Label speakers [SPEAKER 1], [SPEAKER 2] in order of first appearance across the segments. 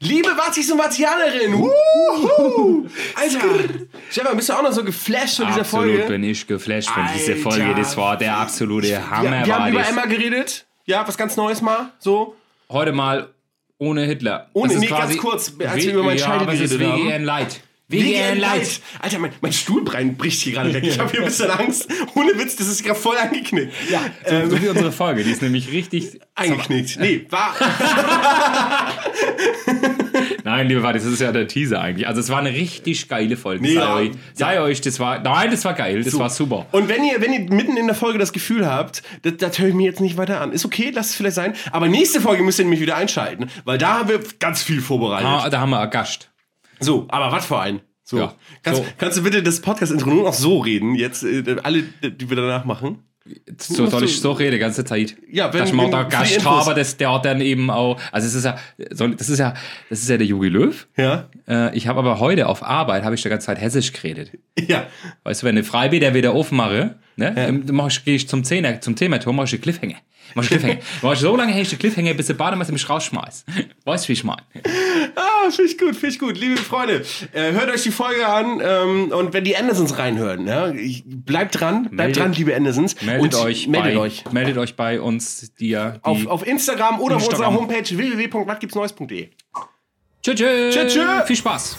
[SPEAKER 1] Liebe Watzis und Watzianerin! Wuhu! Alter! Stefan, bist du auch noch so geflasht von dieser
[SPEAKER 2] Absolut
[SPEAKER 1] Folge?
[SPEAKER 2] bin ich geflasht von dieser
[SPEAKER 1] Alter.
[SPEAKER 2] Folge. Das war der absolute Hammer.
[SPEAKER 1] ja, wir haben
[SPEAKER 2] war
[SPEAKER 1] über
[SPEAKER 2] das.
[SPEAKER 1] Emma geredet. Ja, was ganz Neues mal. So.
[SPEAKER 2] Heute mal ohne Hitler.
[SPEAKER 1] Ohne-
[SPEAKER 2] Es ist
[SPEAKER 1] nee, ganz
[SPEAKER 2] quasi-
[SPEAKER 1] kurz, als wir
[SPEAKER 2] We-
[SPEAKER 1] über meinen
[SPEAKER 2] ja,
[SPEAKER 1] Scheitel
[SPEAKER 2] aber es ist
[SPEAKER 1] geredet haben.
[SPEAKER 2] WGN Light. WGN Light.
[SPEAKER 1] Alter, mein, mein Stuhlbein bricht hier gerade weg. Ich habe hier ein bisschen Angst. Ohne Witz, das ist gerade voll angeknickt. Ja,
[SPEAKER 2] So
[SPEAKER 1] Ähm.
[SPEAKER 2] wie unsere Folge. Die ist nämlich richtig
[SPEAKER 1] Eingeknickt. Nee, war.
[SPEAKER 2] Nein, liebe Warte, das ist ja der Teaser eigentlich. Also es war eine richtig geile Folge.
[SPEAKER 1] Mega.
[SPEAKER 2] Sei, euch, sei euch, das war. Nein, das war geil, das war super.
[SPEAKER 1] Und wenn ihr, wenn ihr mitten in der Folge das Gefühl habt, das, das höre ich mir jetzt nicht weiter an. Ist okay, lasst es vielleicht sein. Aber nächste Folge müsst ihr nämlich wieder einschalten, weil da haben wir ganz viel vorbereitet.
[SPEAKER 2] Ah, da haben wir einen Gast.
[SPEAKER 1] So, aber was für ein. So.
[SPEAKER 2] Ja,
[SPEAKER 1] Kannst,
[SPEAKER 2] so.
[SPEAKER 1] kannst du bitte das Podcast-Intro nur noch so reden, jetzt äh, alle, die wir danach machen?
[SPEAKER 2] So
[SPEAKER 1] musst
[SPEAKER 2] soll
[SPEAKER 1] du-
[SPEAKER 2] ich so reden, die ganze Zeit.
[SPEAKER 1] Ja, wenn-
[SPEAKER 2] Dass man auch
[SPEAKER 1] wenn-
[SPEAKER 2] da
[SPEAKER 1] für die
[SPEAKER 2] Gast
[SPEAKER 1] Infos.
[SPEAKER 2] habe, das, der hat dann eben auch. Also es ist ja, soll- das ist ja, das ist ja der Jogi Löw.
[SPEAKER 1] Ja.
[SPEAKER 2] Äh, Ich habe aber heute auf Arbeit, habe ich die ganze Zeit hessisch geredet.
[SPEAKER 1] Ja.
[SPEAKER 2] Weißt du, wenn ich Freibäder wieder aufmache, ne, dann mach ich, gehe ich zum Zehner, zum Themator, mache ich einen Cliffhanger. Mach ich einen Cliffhanger. mach ich so lange hängst du Cliffhanger, bis der Bademeister mich rausschmeißt. Weißt du, wie ich meine?
[SPEAKER 1] Ah, finde ich gut, finde ich gut. Liebe Freunde, äh, hört euch die Folge an ähm, und wenn die Andersons reinhören, ja, ich- bleibt dran, bleibt
[SPEAKER 2] Meldet-
[SPEAKER 1] dran, liebe Andersons.
[SPEAKER 2] Meldet
[SPEAKER 1] und
[SPEAKER 2] euch
[SPEAKER 1] meldet
[SPEAKER 2] bei,
[SPEAKER 1] euch.
[SPEAKER 2] Meldet euch bei uns, die ja. Die
[SPEAKER 1] Auf, auf Instagram oder auf unserer
[SPEAKER 2] Instagram.
[SPEAKER 1] Homepage www.wattgibtsneues.de.
[SPEAKER 2] Tschö, tschö.
[SPEAKER 1] Tschö, tschö.
[SPEAKER 2] Viel Spaß.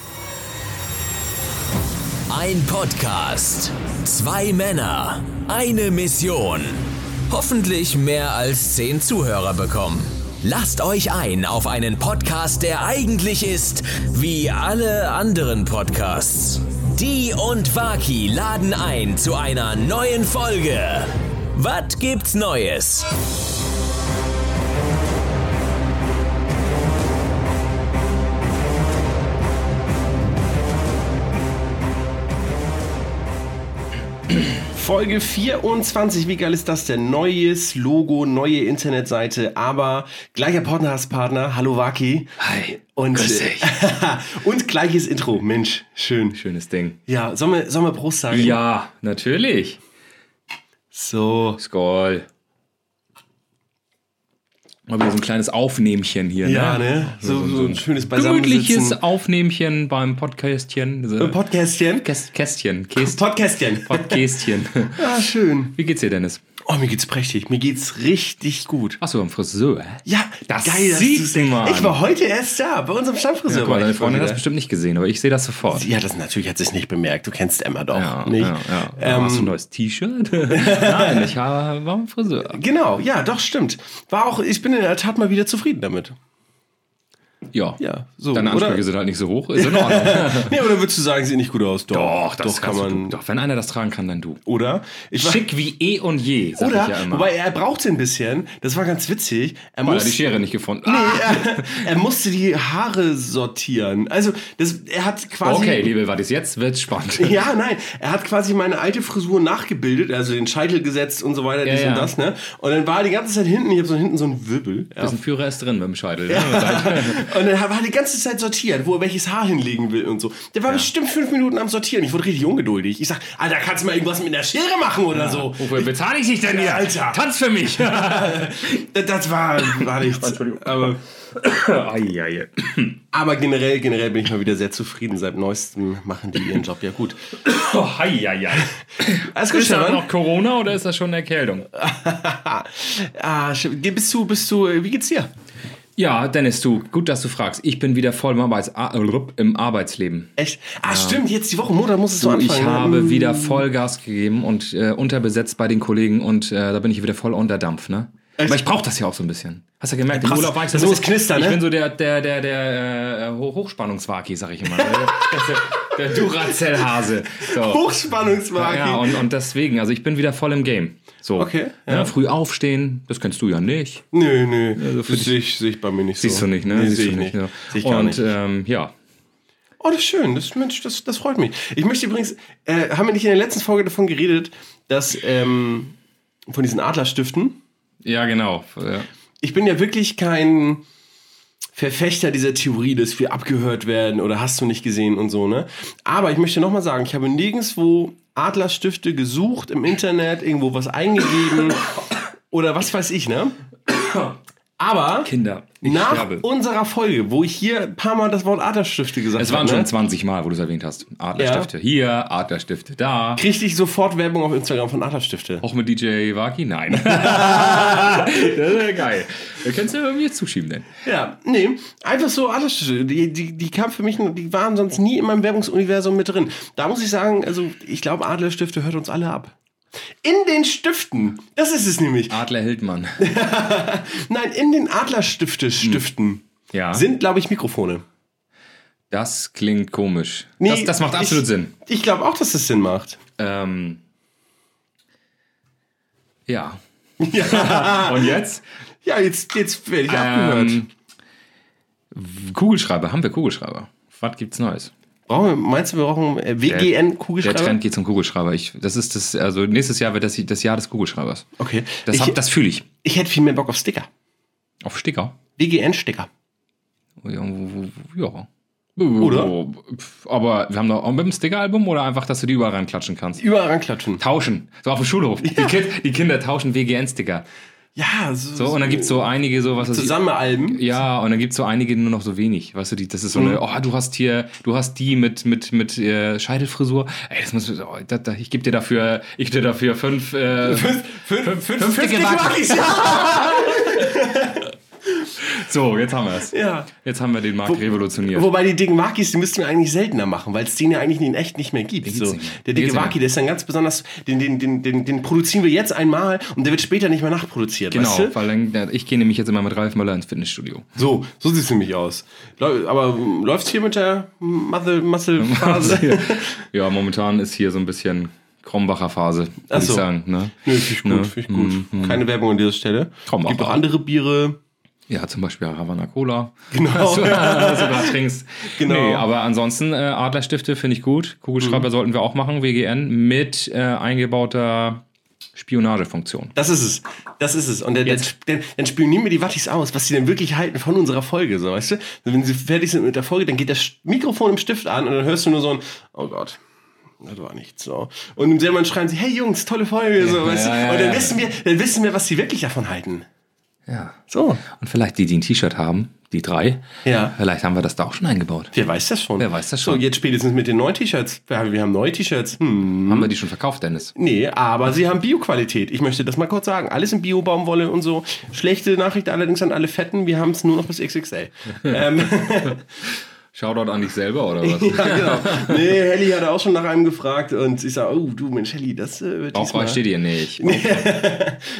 [SPEAKER 3] Ein Podcast. Zwei Männer. Eine Mission. Hoffentlich mehr als zehn Zuhörer bekommen. Lasst euch ein auf einen Podcast, der eigentlich ist wie alle anderen Podcasts. Die und Waki laden ein zu einer neuen Folge. Was gibt's Neues?
[SPEAKER 1] Folge 24, wie geil ist das denn? Neues Logo, neue Internetseite, aber gleicher Podcast-Partner, hallo Waki.
[SPEAKER 2] Hi.
[SPEAKER 1] Und,
[SPEAKER 2] Grüß
[SPEAKER 1] äh,
[SPEAKER 2] dich.
[SPEAKER 1] und gleiches Intro, Mensch, schön.
[SPEAKER 2] Schönes Ding.
[SPEAKER 1] Ja, sollen wir, sollen wir Prost sagen?
[SPEAKER 2] Ja, natürlich.
[SPEAKER 1] So.
[SPEAKER 2] Skoll. Mal wieder so ein kleines Aufnehmchen hier.
[SPEAKER 1] Ja,
[SPEAKER 2] ne?
[SPEAKER 1] ne? So, so ein schönes
[SPEAKER 2] Gemütliches
[SPEAKER 1] Beisammensitzen.
[SPEAKER 2] Aufnehmchen beim Podcastchen. So-
[SPEAKER 1] Podcastchen.
[SPEAKER 2] Käst- Äh, Kästchen. Käst-
[SPEAKER 1] Podcastchen.
[SPEAKER 2] Podcastchen.
[SPEAKER 1] Ah, schön.
[SPEAKER 2] Wie geht's dir, Dennis?
[SPEAKER 1] Oh, mir geht's prächtig. Mir geht's richtig gut.
[SPEAKER 2] Achso, am Friseur.
[SPEAKER 1] Ja,
[SPEAKER 2] Das
[SPEAKER 1] dass
[SPEAKER 2] sieht
[SPEAKER 1] du's-
[SPEAKER 2] man.
[SPEAKER 1] Ich war heute erst da, bei unserem Stammfriseur.
[SPEAKER 2] Guck mal,
[SPEAKER 1] war
[SPEAKER 2] deine
[SPEAKER 1] ich mal
[SPEAKER 2] Freundin hat
[SPEAKER 1] wieder.
[SPEAKER 2] das bestimmt nicht gesehen, aber ich sehe das sofort.
[SPEAKER 1] Ja, das natürlich hat sie es nicht bemerkt. Du kennst Emma doch. nicht? Äh, Ähm,
[SPEAKER 2] ja, ja. Hast du ein neues T-Shirt? Nein, ich habe, war am Friseur.
[SPEAKER 1] Genau, ja, doch, stimmt. War auch, ich bin in der Tat mal wieder zufrieden damit.
[SPEAKER 2] Ja.
[SPEAKER 1] Ja, so,
[SPEAKER 2] Deine Ansprüche
[SPEAKER 1] oder?
[SPEAKER 2] sind halt nicht so hoch. Ist in Ordnung.
[SPEAKER 1] Nee, oder würdest du sagen, sieht nicht gut aus? Doch,
[SPEAKER 2] kannst
[SPEAKER 1] kann
[SPEAKER 2] du-
[SPEAKER 1] man.
[SPEAKER 2] Doch, wenn einer das tragen kann, dann du.
[SPEAKER 1] Oder? Ich war-
[SPEAKER 2] Schick wie eh und je, sag
[SPEAKER 1] Oder,
[SPEAKER 2] ich ja immer.
[SPEAKER 1] wobei er brauchte ein bisschen, das war ganz witzig, er,
[SPEAKER 2] Weil er die
[SPEAKER 1] muss, äh,
[SPEAKER 2] Schere nicht gefunden. Ah,
[SPEAKER 1] er musste die Haare sortieren. Also, das, er hat quasi.
[SPEAKER 2] okay, liebe Wattis, jetzt wird's spannend.
[SPEAKER 1] also Ja, nein, er hat quasi meine alte Frisur nachgebildet, also den Scheitel gesetzt und so weiter, dies
[SPEAKER 2] ja.
[SPEAKER 1] und das, ne? Und dann war er die ganze Zeit hinten, ich habe so hinten so einen Wirbel. Ja.
[SPEAKER 2] Ein Führer ist drin mit dem Scheitel. ne? Ja.
[SPEAKER 1] Und dann war er die ganze Zeit sortiert, wo er welches Haar hinlegen will und so. Der war bestimmt fünf Minuten am Sortieren. Ich wurde richtig ungeduldig. Ich sag, Alter, kannst du mal irgendwas mit der Schere machen oder so?
[SPEAKER 2] Wofür Ah, bezahle ich dich denn hier?
[SPEAKER 1] Alter.
[SPEAKER 2] Tanz für mich!
[SPEAKER 1] Das, das war, war nichts. aber, aber generell, generell bin ich mal wieder sehr zufrieden. Seit neuestem machen die ihren Job ja gut.
[SPEAKER 2] Oh, hei, hei, hei.
[SPEAKER 1] Alles gut,
[SPEAKER 2] Ist das
[SPEAKER 1] Stefan.
[SPEAKER 2] noch Corona oder ist das schon eine Erkältung?
[SPEAKER 1] Ah, Stefan, bist du, bist du, äh, wie geht's dir?
[SPEAKER 2] Ja, Dennis, du, gut, dass du fragst. Ich bin wieder voll im, Arbeits ah, im Arbeitsleben.
[SPEAKER 1] Echt? Ah, stimmt, jetzt die Woche, Montag muss es so
[SPEAKER 2] Ich
[SPEAKER 1] anfangen. ne?
[SPEAKER 2] habe wieder Vollgas gegeben und äh, unterbesetzt bei den Kollegen und äh, da bin ich wieder voll unter Dampf, ne? Aber ich brauche das ja auch so ein bisschen. Hast du ja gemerkt, im
[SPEAKER 1] Krass.
[SPEAKER 2] Urlaub war ich so
[SPEAKER 1] Das
[SPEAKER 2] ein
[SPEAKER 1] muss
[SPEAKER 2] bisschen-
[SPEAKER 1] knistern,
[SPEAKER 2] Ich
[SPEAKER 1] ne?
[SPEAKER 2] bin so der, der, der, der äh, Ho- Hochspannungswaki, sag ich immer. der der Duracell-Hase. So.
[SPEAKER 1] Hochspannungswagen.
[SPEAKER 2] Ja, und, und deswegen, also ich bin wieder voll im Game. So.
[SPEAKER 1] Okay,
[SPEAKER 2] Ja. früh aufstehen, das kennst du ja nicht.
[SPEAKER 1] nö, nö. sehe ich, seh ich bei mir nicht so.
[SPEAKER 2] Siehst du nicht, ne?
[SPEAKER 1] Nee,
[SPEAKER 2] Siehst
[SPEAKER 1] sehe
[SPEAKER 2] du
[SPEAKER 1] ich nicht.
[SPEAKER 2] ja.
[SPEAKER 1] Sehe ich gar
[SPEAKER 2] und
[SPEAKER 1] nicht.
[SPEAKER 2] Ähm, ja,
[SPEAKER 1] Oh, das ist schön. Das, Mensch, das, das freut mich. Ich möchte übrigens, äh, haben wir nicht in der letzten Folge davon geredet, dass ähm, von diesen Adlerstiften.
[SPEAKER 2] ja genau. Ja.
[SPEAKER 1] Ich bin ja wirklich kein Verfechter dieser Theorie, dass wir abgehört werden oder hast du nicht gesehen und so, ne? Aber ich möchte nochmal sagen, ich habe nirgendwo Adlerstifte gesucht im Internet, irgendwo was eingegeben oder was weiß ich, ne? Aber
[SPEAKER 2] Kinder, ich
[SPEAKER 1] nach
[SPEAKER 2] sterbe.
[SPEAKER 1] unserer Folge, wo ich hier ein paar Mal das Wort Adlerstifte gesagt
[SPEAKER 2] Es
[SPEAKER 1] habe,
[SPEAKER 2] waren schon
[SPEAKER 1] ne?
[SPEAKER 2] 20 Mal, wo du es erwähnt hast. Adlerstifte hier, Adlerstifte da.
[SPEAKER 1] kriegte ich sofort Werbung auf Instagram von Adlerstifte.
[SPEAKER 2] Auch mit DJ Waki? Nein. das ist ja geil. Da kannst du mir zuschieben denn.
[SPEAKER 1] Ja, nee, einfach so Adlerstifte. Die, die, die kam für mich, die waren sonst nie in meinem Werbungsuniversum mit drin. Da muss ich sagen, also ich glaube, Adlerstifte hört uns alle ab. In den Stiften, das ist es nämlich.
[SPEAKER 2] Adler Hildmann.
[SPEAKER 1] Nein, in den
[SPEAKER 2] Hm.
[SPEAKER 1] Adlerstifte-Stiften
[SPEAKER 2] Ja.
[SPEAKER 1] sind, glaube ich, Mikrofone.
[SPEAKER 2] Das klingt komisch.
[SPEAKER 1] Nee,
[SPEAKER 2] das, das macht absolut
[SPEAKER 1] ich,
[SPEAKER 2] Sinn.
[SPEAKER 1] Ich glaube auch, dass das Sinn macht.
[SPEAKER 2] Ähm, ja. Und jetzt?
[SPEAKER 1] Ja, jetzt, jetzt werde ich abgehört.
[SPEAKER 2] Ähm, Kugelschreiber. Haben wir Kugelschreiber? Was gibt's Neues?
[SPEAKER 1] Brauchen wir, meinst du, wir brauchen äh, WGN-Kugelschreiber?
[SPEAKER 2] Der Trend geht zum Kugelschreiber. Ich, das ist das, also nächstes Jahr wird das das Jahr des Kugelschreibers.
[SPEAKER 1] Okay.
[SPEAKER 2] Das,
[SPEAKER 1] ich,
[SPEAKER 2] hab- das fühle ich.
[SPEAKER 1] ich hätte viel mehr Bock auf Sticker.
[SPEAKER 2] Auf Sticker.
[SPEAKER 1] WGN-Sticker.
[SPEAKER 2] Ja. ja.
[SPEAKER 1] Oder?
[SPEAKER 2] Aber wir haben doch auch mit dem Sticker-Album oder einfach, dass du die überall reinklatschen kannst.
[SPEAKER 1] Überall ranklatschen.
[SPEAKER 2] Tauschen. So auf dem Schulhof. Die, Kid, die Kinder tauschen WGN-Sticker.
[SPEAKER 1] Ja,
[SPEAKER 2] So, und dann gibt's so einige, so was weiß ich,
[SPEAKER 1] Zusammenalben.
[SPEAKER 2] Ja, und dann gibt's so einige nur noch so wenig. Weißt du, die, das ist so eine, oh, du hast hier, du hast die mit, mit, mit äh, Scheitelfrisur. Ey, das muss, oh, da, da, ich gebe dir dafür, ich gebe dir dafür fünf, äh,
[SPEAKER 1] Fünf,
[SPEAKER 2] fünf dicke Wackis.
[SPEAKER 1] ja.
[SPEAKER 2] so, jetzt haben wir's.
[SPEAKER 1] ja.
[SPEAKER 2] Jetzt haben wir den Markt revolutioniert.
[SPEAKER 1] Wobei die dicken Wakis, die müssten wir eigentlich seltener machen, weil es den ja eigentlich in echt nicht mehr gibt.
[SPEAKER 2] gibt's
[SPEAKER 1] So.
[SPEAKER 2] nicht mehr.
[SPEAKER 1] Der
[SPEAKER 2] Den
[SPEAKER 1] dicke
[SPEAKER 2] gibt's nicht
[SPEAKER 1] Waki,
[SPEAKER 2] mehr.
[SPEAKER 1] der ist dann ganz besonders, den, den, den, den, den produzieren wir jetzt einmal und der wird später nicht mehr nachproduziert.
[SPEAKER 2] genau,
[SPEAKER 1] Weißt du?
[SPEAKER 2] weil dann, ja, ich gehe nämlich jetzt immer mit Ralf Möller ins Fitnessstudio.
[SPEAKER 1] So, so sieht's nämlich aus. Läu- Aber ähm, läuft's hier mit der Muscle- Muscle-Phase?
[SPEAKER 2] ja, momentan ist hier so ein bisschen Krombacher Phase,
[SPEAKER 1] Ach
[SPEAKER 2] würde
[SPEAKER 1] so.
[SPEAKER 2] ich sagen. Ne?
[SPEAKER 1] Nö, finde ich gut, finde ich gut. Keine Werbung an dieser Stelle.
[SPEAKER 2] Hm, Komm,
[SPEAKER 1] Gibt auch
[SPEAKER 2] aber-
[SPEAKER 1] andere Biere.
[SPEAKER 2] Ja, zum Beispiel Havana Cola.
[SPEAKER 1] Genau.
[SPEAKER 2] Was du, was du da trinkst.
[SPEAKER 1] Genau. Mhm.
[SPEAKER 2] Nee, aber ansonsten äh, Adlerstifte finde ich gut. Kugelschreiber sollten wir auch machen, WGN, mit äh, eingebauter Spionagefunktion.
[SPEAKER 1] Das ist es. Das ist es. Und dann, dann,
[SPEAKER 2] Jetzt.
[SPEAKER 1] dann, dann spionieren wir die Wattis aus, was sie denn wirklich halten von unserer Folge, so weißt du? Wenn sie fertig sind mit der Folge, dann geht das Mikrofon im Stift an und dann hörst du nur so ein, oh Gott. Das war nichts so. Und im selben Moment schreien sie, hey Jungs, tolle Folge, so, weißt
[SPEAKER 2] ja,
[SPEAKER 1] du?
[SPEAKER 2] ja,
[SPEAKER 1] und dann
[SPEAKER 2] ja.
[SPEAKER 1] wissen wir, dann wissen wir, was sie wirklich davon halten.
[SPEAKER 2] Ja.
[SPEAKER 1] So.
[SPEAKER 2] Und vielleicht die, die ein T-Shirt haben, die drei.
[SPEAKER 1] Ja.
[SPEAKER 2] Vielleicht haben wir das da auch schon eingebaut.
[SPEAKER 1] Wer weiß das schon?
[SPEAKER 2] Wer weiß das schon.
[SPEAKER 1] So, jetzt spätestens mit den neuen T-Shirts. Ja, Wir haben neue T-Shirts. Hm.
[SPEAKER 2] Haben wir die schon verkauft, Dennis?
[SPEAKER 1] Nee, aber sie haben Bio-Qualität. Ich möchte das mal kurz sagen. Alles in Bio-Baumwolle und so. Schlechte Nachricht allerdings an alle Fetten. Wir haben es nur noch bis XXL. ähm,
[SPEAKER 2] Shoutout an dich selber oder was?
[SPEAKER 1] ja, genau. Nee, Helly hat auch schon nach einem gefragt und ich sage, oh du Mensch, Helly, das äh, wird
[SPEAKER 2] Auch
[SPEAKER 1] diesmal,
[SPEAKER 2] steht ihr nicht.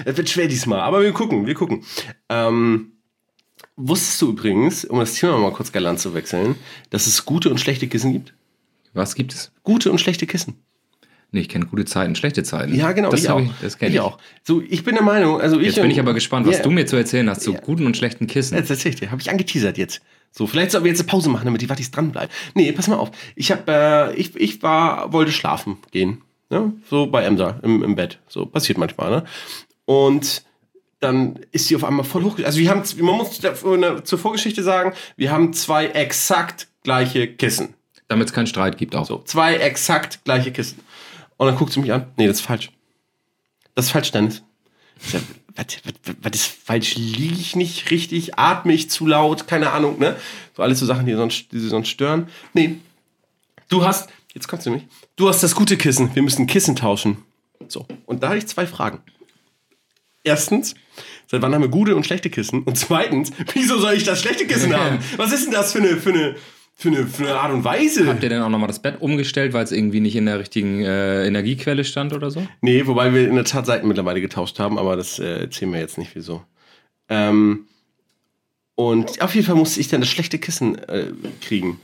[SPEAKER 1] das wird schwer diesmal. Aber wir gucken, wir gucken. Ähm, wusstest du übrigens, um das Thema mal kurz galant zu wechseln, dass es gute und schlechte Kissen gibt?
[SPEAKER 2] Was gibt es?
[SPEAKER 1] Gute und schlechte Kissen.
[SPEAKER 2] Nee, ich kenne gute Zeiten, schlechte Zeiten.
[SPEAKER 1] Ja, genau,
[SPEAKER 2] das
[SPEAKER 1] ich
[SPEAKER 2] hab
[SPEAKER 1] auch.
[SPEAKER 2] Ich, das kenne ich.
[SPEAKER 1] auch. So, ich bin der Meinung, also ich
[SPEAKER 2] Jetzt bin ich aber gespannt, was
[SPEAKER 1] Ja.
[SPEAKER 2] du mir zu erzählen hast zu guten und schlechten Kissen.
[SPEAKER 1] Jetzt erzähl ich dir, habe ich angeteasert jetzt. So, vielleicht sollten wir jetzt eine Pause machen, damit die Wattis dranbleiben. Nee, pass mal auf. Ich hab, äh, ich, ich war, wollte schlafen gehen. Ne? So bei Emsa im, im Bett. So passiert manchmal, ne? Und dann ist sie auf einmal voll hoch. Also wir haben, z- man muss dafür eine- zur Vorgeschichte sagen, wir haben zwei exakt gleiche Kissen.
[SPEAKER 2] Damit es keinen Streit gibt auch.
[SPEAKER 1] So, zwei exakt gleiche Kissen. Und dann guckt sie mich an. Nee, das ist falsch. Das ist falsch, Dennis. Ich sag, was, was, was ist falsch? Liege ich nicht richtig? Atme ich zu laut? Keine Ahnung, ne? So alles so Sachen, die, sonst, die sie sonst stören. Nee. Du hast, jetzt kommst du mich. Du hast das gute Kissen. Wir müssen Kissen tauschen. So. Und da habe ich zwei Fragen. Erstens, seit wann haben wir gute und schlechte Kissen? Und zweitens, wieso soll ich das schlechte Kissen haben? Was ist denn das für eine, für eine, für eine, für eine Art und Weise?
[SPEAKER 2] Habt ihr denn auch nochmal das Bett umgestellt, weil es irgendwie nicht in der richtigen äh, Energiequelle stand oder so?
[SPEAKER 1] Nee, wobei wir in der Tat Seiten mittlerweile getauscht haben, aber das äh, erzählen wir jetzt nicht, wieso. Ähm, und auf jeden Fall musste ich dann das schlechte Kissen äh, kriegen.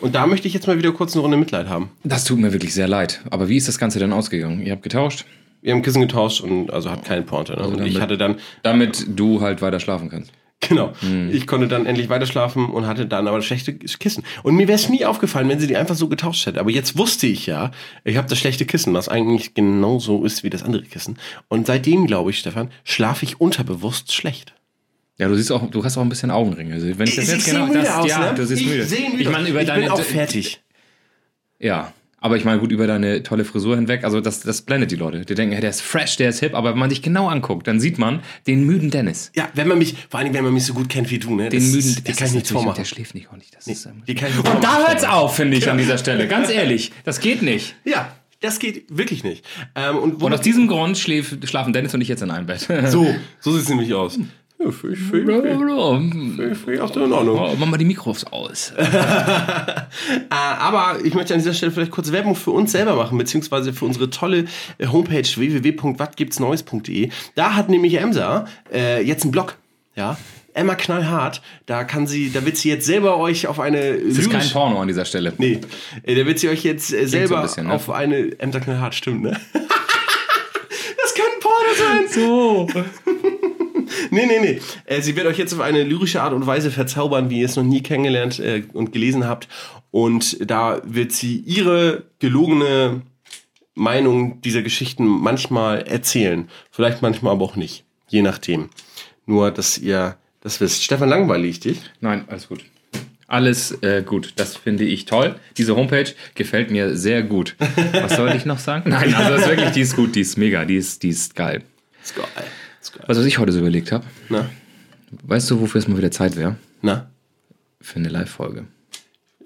[SPEAKER 1] Und da möchte ich jetzt mal wieder kurz eine Runde Mitleid haben.
[SPEAKER 2] Das tut mir wirklich sehr leid. Aber wie ist das Ganze denn ausgegangen? Ihr habt getauscht,
[SPEAKER 1] Wir haben Kissen getauscht und also hat keinen Pointe. Ne? Und ich
[SPEAKER 2] damit-
[SPEAKER 1] hatte dann,
[SPEAKER 2] damit du halt weiter schlafen kannst.
[SPEAKER 1] genau, ich konnte dann endlich weiterschlafen und hatte dann aber das schlechte Kissen. Und mir wäre es nie aufgefallen, wenn sie die einfach so getauscht hätte. Aber jetzt wusste ich ja, ich habe das schlechte Kissen, was eigentlich genauso ist wie das andere Kissen. Und seitdem, glaube ich, Stefan, schlafe ich unterbewusst schlecht.
[SPEAKER 2] Ja, du siehst auch, du hast auch ein bisschen Augenringe. Also, Wenn ich das
[SPEAKER 1] Ich-
[SPEAKER 2] jetzt
[SPEAKER 1] ich
[SPEAKER 2] genau
[SPEAKER 1] seh müde
[SPEAKER 2] das,
[SPEAKER 1] aus,
[SPEAKER 2] ja,
[SPEAKER 1] ne?
[SPEAKER 2] du siehst
[SPEAKER 1] ich
[SPEAKER 2] müde.
[SPEAKER 1] seh müde
[SPEAKER 2] ich meine über
[SPEAKER 1] aus. ich
[SPEAKER 2] deine
[SPEAKER 1] bin auch fertig.
[SPEAKER 2] Ja, Aber ich meine, gut, über deine tolle Frisur hinweg, also das, das blendet die Leute. Die denken, ja, der ist fresh, der ist hip, aber wenn man dich genau anguckt, dann sieht man den müden Dennis.
[SPEAKER 1] Ja, wenn man mich, vor allem wenn man mich so gut kennt wie du, ne?
[SPEAKER 2] Den
[SPEAKER 1] das,
[SPEAKER 2] müden
[SPEAKER 1] die kann ich nicht
[SPEAKER 2] natürlich- Der
[SPEAKER 1] vormachen.
[SPEAKER 2] schläft nicht auch nicht. Das ist, ähm,
[SPEAKER 1] Die kann ich nicht
[SPEAKER 2] und da
[SPEAKER 1] vormachen.
[SPEAKER 2] hört's auf, finde ich, an dieser Stelle. Ganz ehrlich, das geht nicht.
[SPEAKER 1] Ja, das geht wirklich nicht. Ähm, und wo
[SPEAKER 2] Und aus diesem Grund schläf, schlafen Dennis und ich jetzt in einem Bett.
[SPEAKER 1] so, so sieht es nämlich aus. Ja, für, für, für,
[SPEAKER 2] Blablabla.
[SPEAKER 1] für, für, ach, in Ordnung.
[SPEAKER 2] Oh, mach mal die Mikros aus.
[SPEAKER 1] Äh, aber ich möchte an dieser Stelle vielleicht kurz Werbung für uns selber machen, beziehungsweise für unsere tolle äh, Homepage www.watgibtsneues.de. Da hat nämlich Emsa äh, jetzt einen Blog, ja. Emma knallhart, da kann sie, da wird sie jetzt selber euch auf eine
[SPEAKER 2] Das ist kein Porno an dieser Stelle.
[SPEAKER 1] Nee, äh, da wird sie euch jetzt äh, selber
[SPEAKER 2] ein bisschen, ne?
[SPEAKER 1] auf eine Emsa knallhart stimmt, ne? das kann Porno sein.
[SPEAKER 2] So.
[SPEAKER 1] Nee, nee, nee. Äh, sie wird euch jetzt auf eine lyrische Art und Weise verzaubern, wie ihr es noch nie kennengelernt äh, und gelesen habt. Und da wird sie ihre gelogene Meinung dieser Geschichten manchmal erzählen. Vielleicht manchmal aber auch nicht. Je nachdem. Nur, dass ihr das wisst. Stefan langweilig dich.
[SPEAKER 2] Nein, alles gut. Alles äh, gut. Das finde ich toll. Diese Homepage gefällt mir sehr gut. Was soll ich noch sagen? Nein, also das ist wirklich, die ist gut, die ist mega, die ist, die ist geil.
[SPEAKER 1] Ist geil. Ist geil.
[SPEAKER 2] Was, was ich heute so überlegt habe,
[SPEAKER 1] Na,
[SPEAKER 2] weißt du, wofür es mal wieder Zeit wäre?
[SPEAKER 1] na.
[SPEAKER 2] Für eine Live-Folge.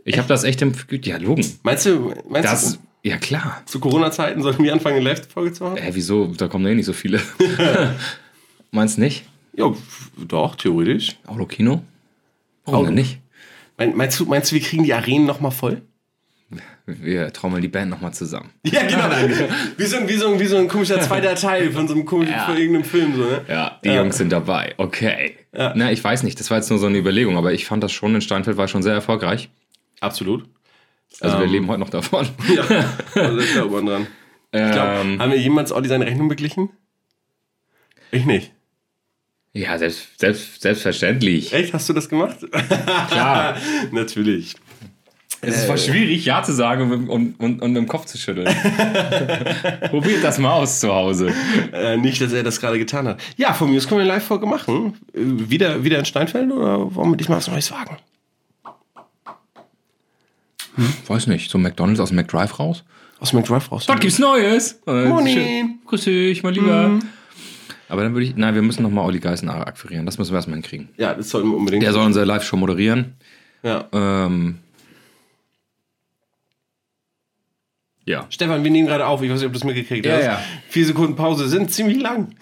[SPEAKER 2] Ich habe das echt im. Ja, Logen.
[SPEAKER 1] Meinst du, meinst
[SPEAKER 2] Das.
[SPEAKER 1] du
[SPEAKER 2] Ja, klar.
[SPEAKER 1] zu Corona-Zeiten sollten wir anfangen, eine Live-Folge zu machen?
[SPEAKER 2] Hä, wieso? Da kommen doch eh nicht so viele. Meinst nicht?
[SPEAKER 1] Ja, f- doch, theoretisch.
[SPEAKER 2] Autokino? Warum denn nicht?
[SPEAKER 1] Mein, meinst, du, meinst du, wir kriegen die Arenen nochmal voll?
[SPEAKER 2] Wir trommeln die Band nochmal zusammen.
[SPEAKER 1] Ja, genau. danke. Wie so, ein, wie, so ein, wie so ein komischer zweiter Teil von so einem komischen, von irgendeinem Film. So, ne?
[SPEAKER 2] Ja, die Jungs sind dabei. Okay. Na, ich weiß nicht, das war jetzt nur so eine Überlegung, aber ich fand das schon in Steinfeld war schon sehr erfolgreich.
[SPEAKER 1] Absolut.
[SPEAKER 2] Also wir leben heute noch davon.
[SPEAKER 1] Ja, also ist da oben dran. Ich glaub,
[SPEAKER 2] Ähm.
[SPEAKER 1] haben wir jemals Olli seine Rechnung beglichen? Ich nicht.
[SPEAKER 2] Ja, selbst, selbst, selbstverständlich.
[SPEAKER 1] Echt? Hast du das gemacht?
[SPEAKER 2] Klar. Äh.
[SPEAKER 1] Natürlich.
[SPEAKER 2] Es ist voll schwierig, Ja zu sagen und, und, und, und mit dem Kopf zu schütteln. Probiert das mal aus zu Hause.
[SPEAKER 1] Äh, nicht, dass er das gerade getan hat. Ja, von mir aus können wir eine Live-Folge machen. Äh, wieder, wieder in Steinfeld oder wollen wir dich mal was Neues wagen?
[SPEAKER 2] Weiß nicht, so McDonalds aus dem McDrive raus?
[SPEAKER 1] Aus dem McDrive raus.
[SPEAKER 2] Was gibt's Neues? Äh,
[SPEAKER 1] Moni.
[SPEAKER 2] schön. Grüß dich, mein Lieber. Aber dann würde ich, nein, wir müssen nochmal Olli Geißenhaar akquirieren. Das müssen wir erstmal hinkriegen.
[SPEAKER 1] Ja, das sollten wir unbedingt.
[SPEAKER 2] Der soll unsere Live-Show moderieren.
[SPEAKER 1] Ja.
[SPEAKER 2] Ähm, ja.
[SPEAKER 1] Stefan, wir nehmen gerade auf. Ich weiß nicht, ob du es mitgekriegt
[SPEAKER 2] Ja,
[SPEAKER 1] hast.
[SPEAKER 2] ja.
[SPEAKER 1] Vier Sekunden Pause sind ziemlich lang.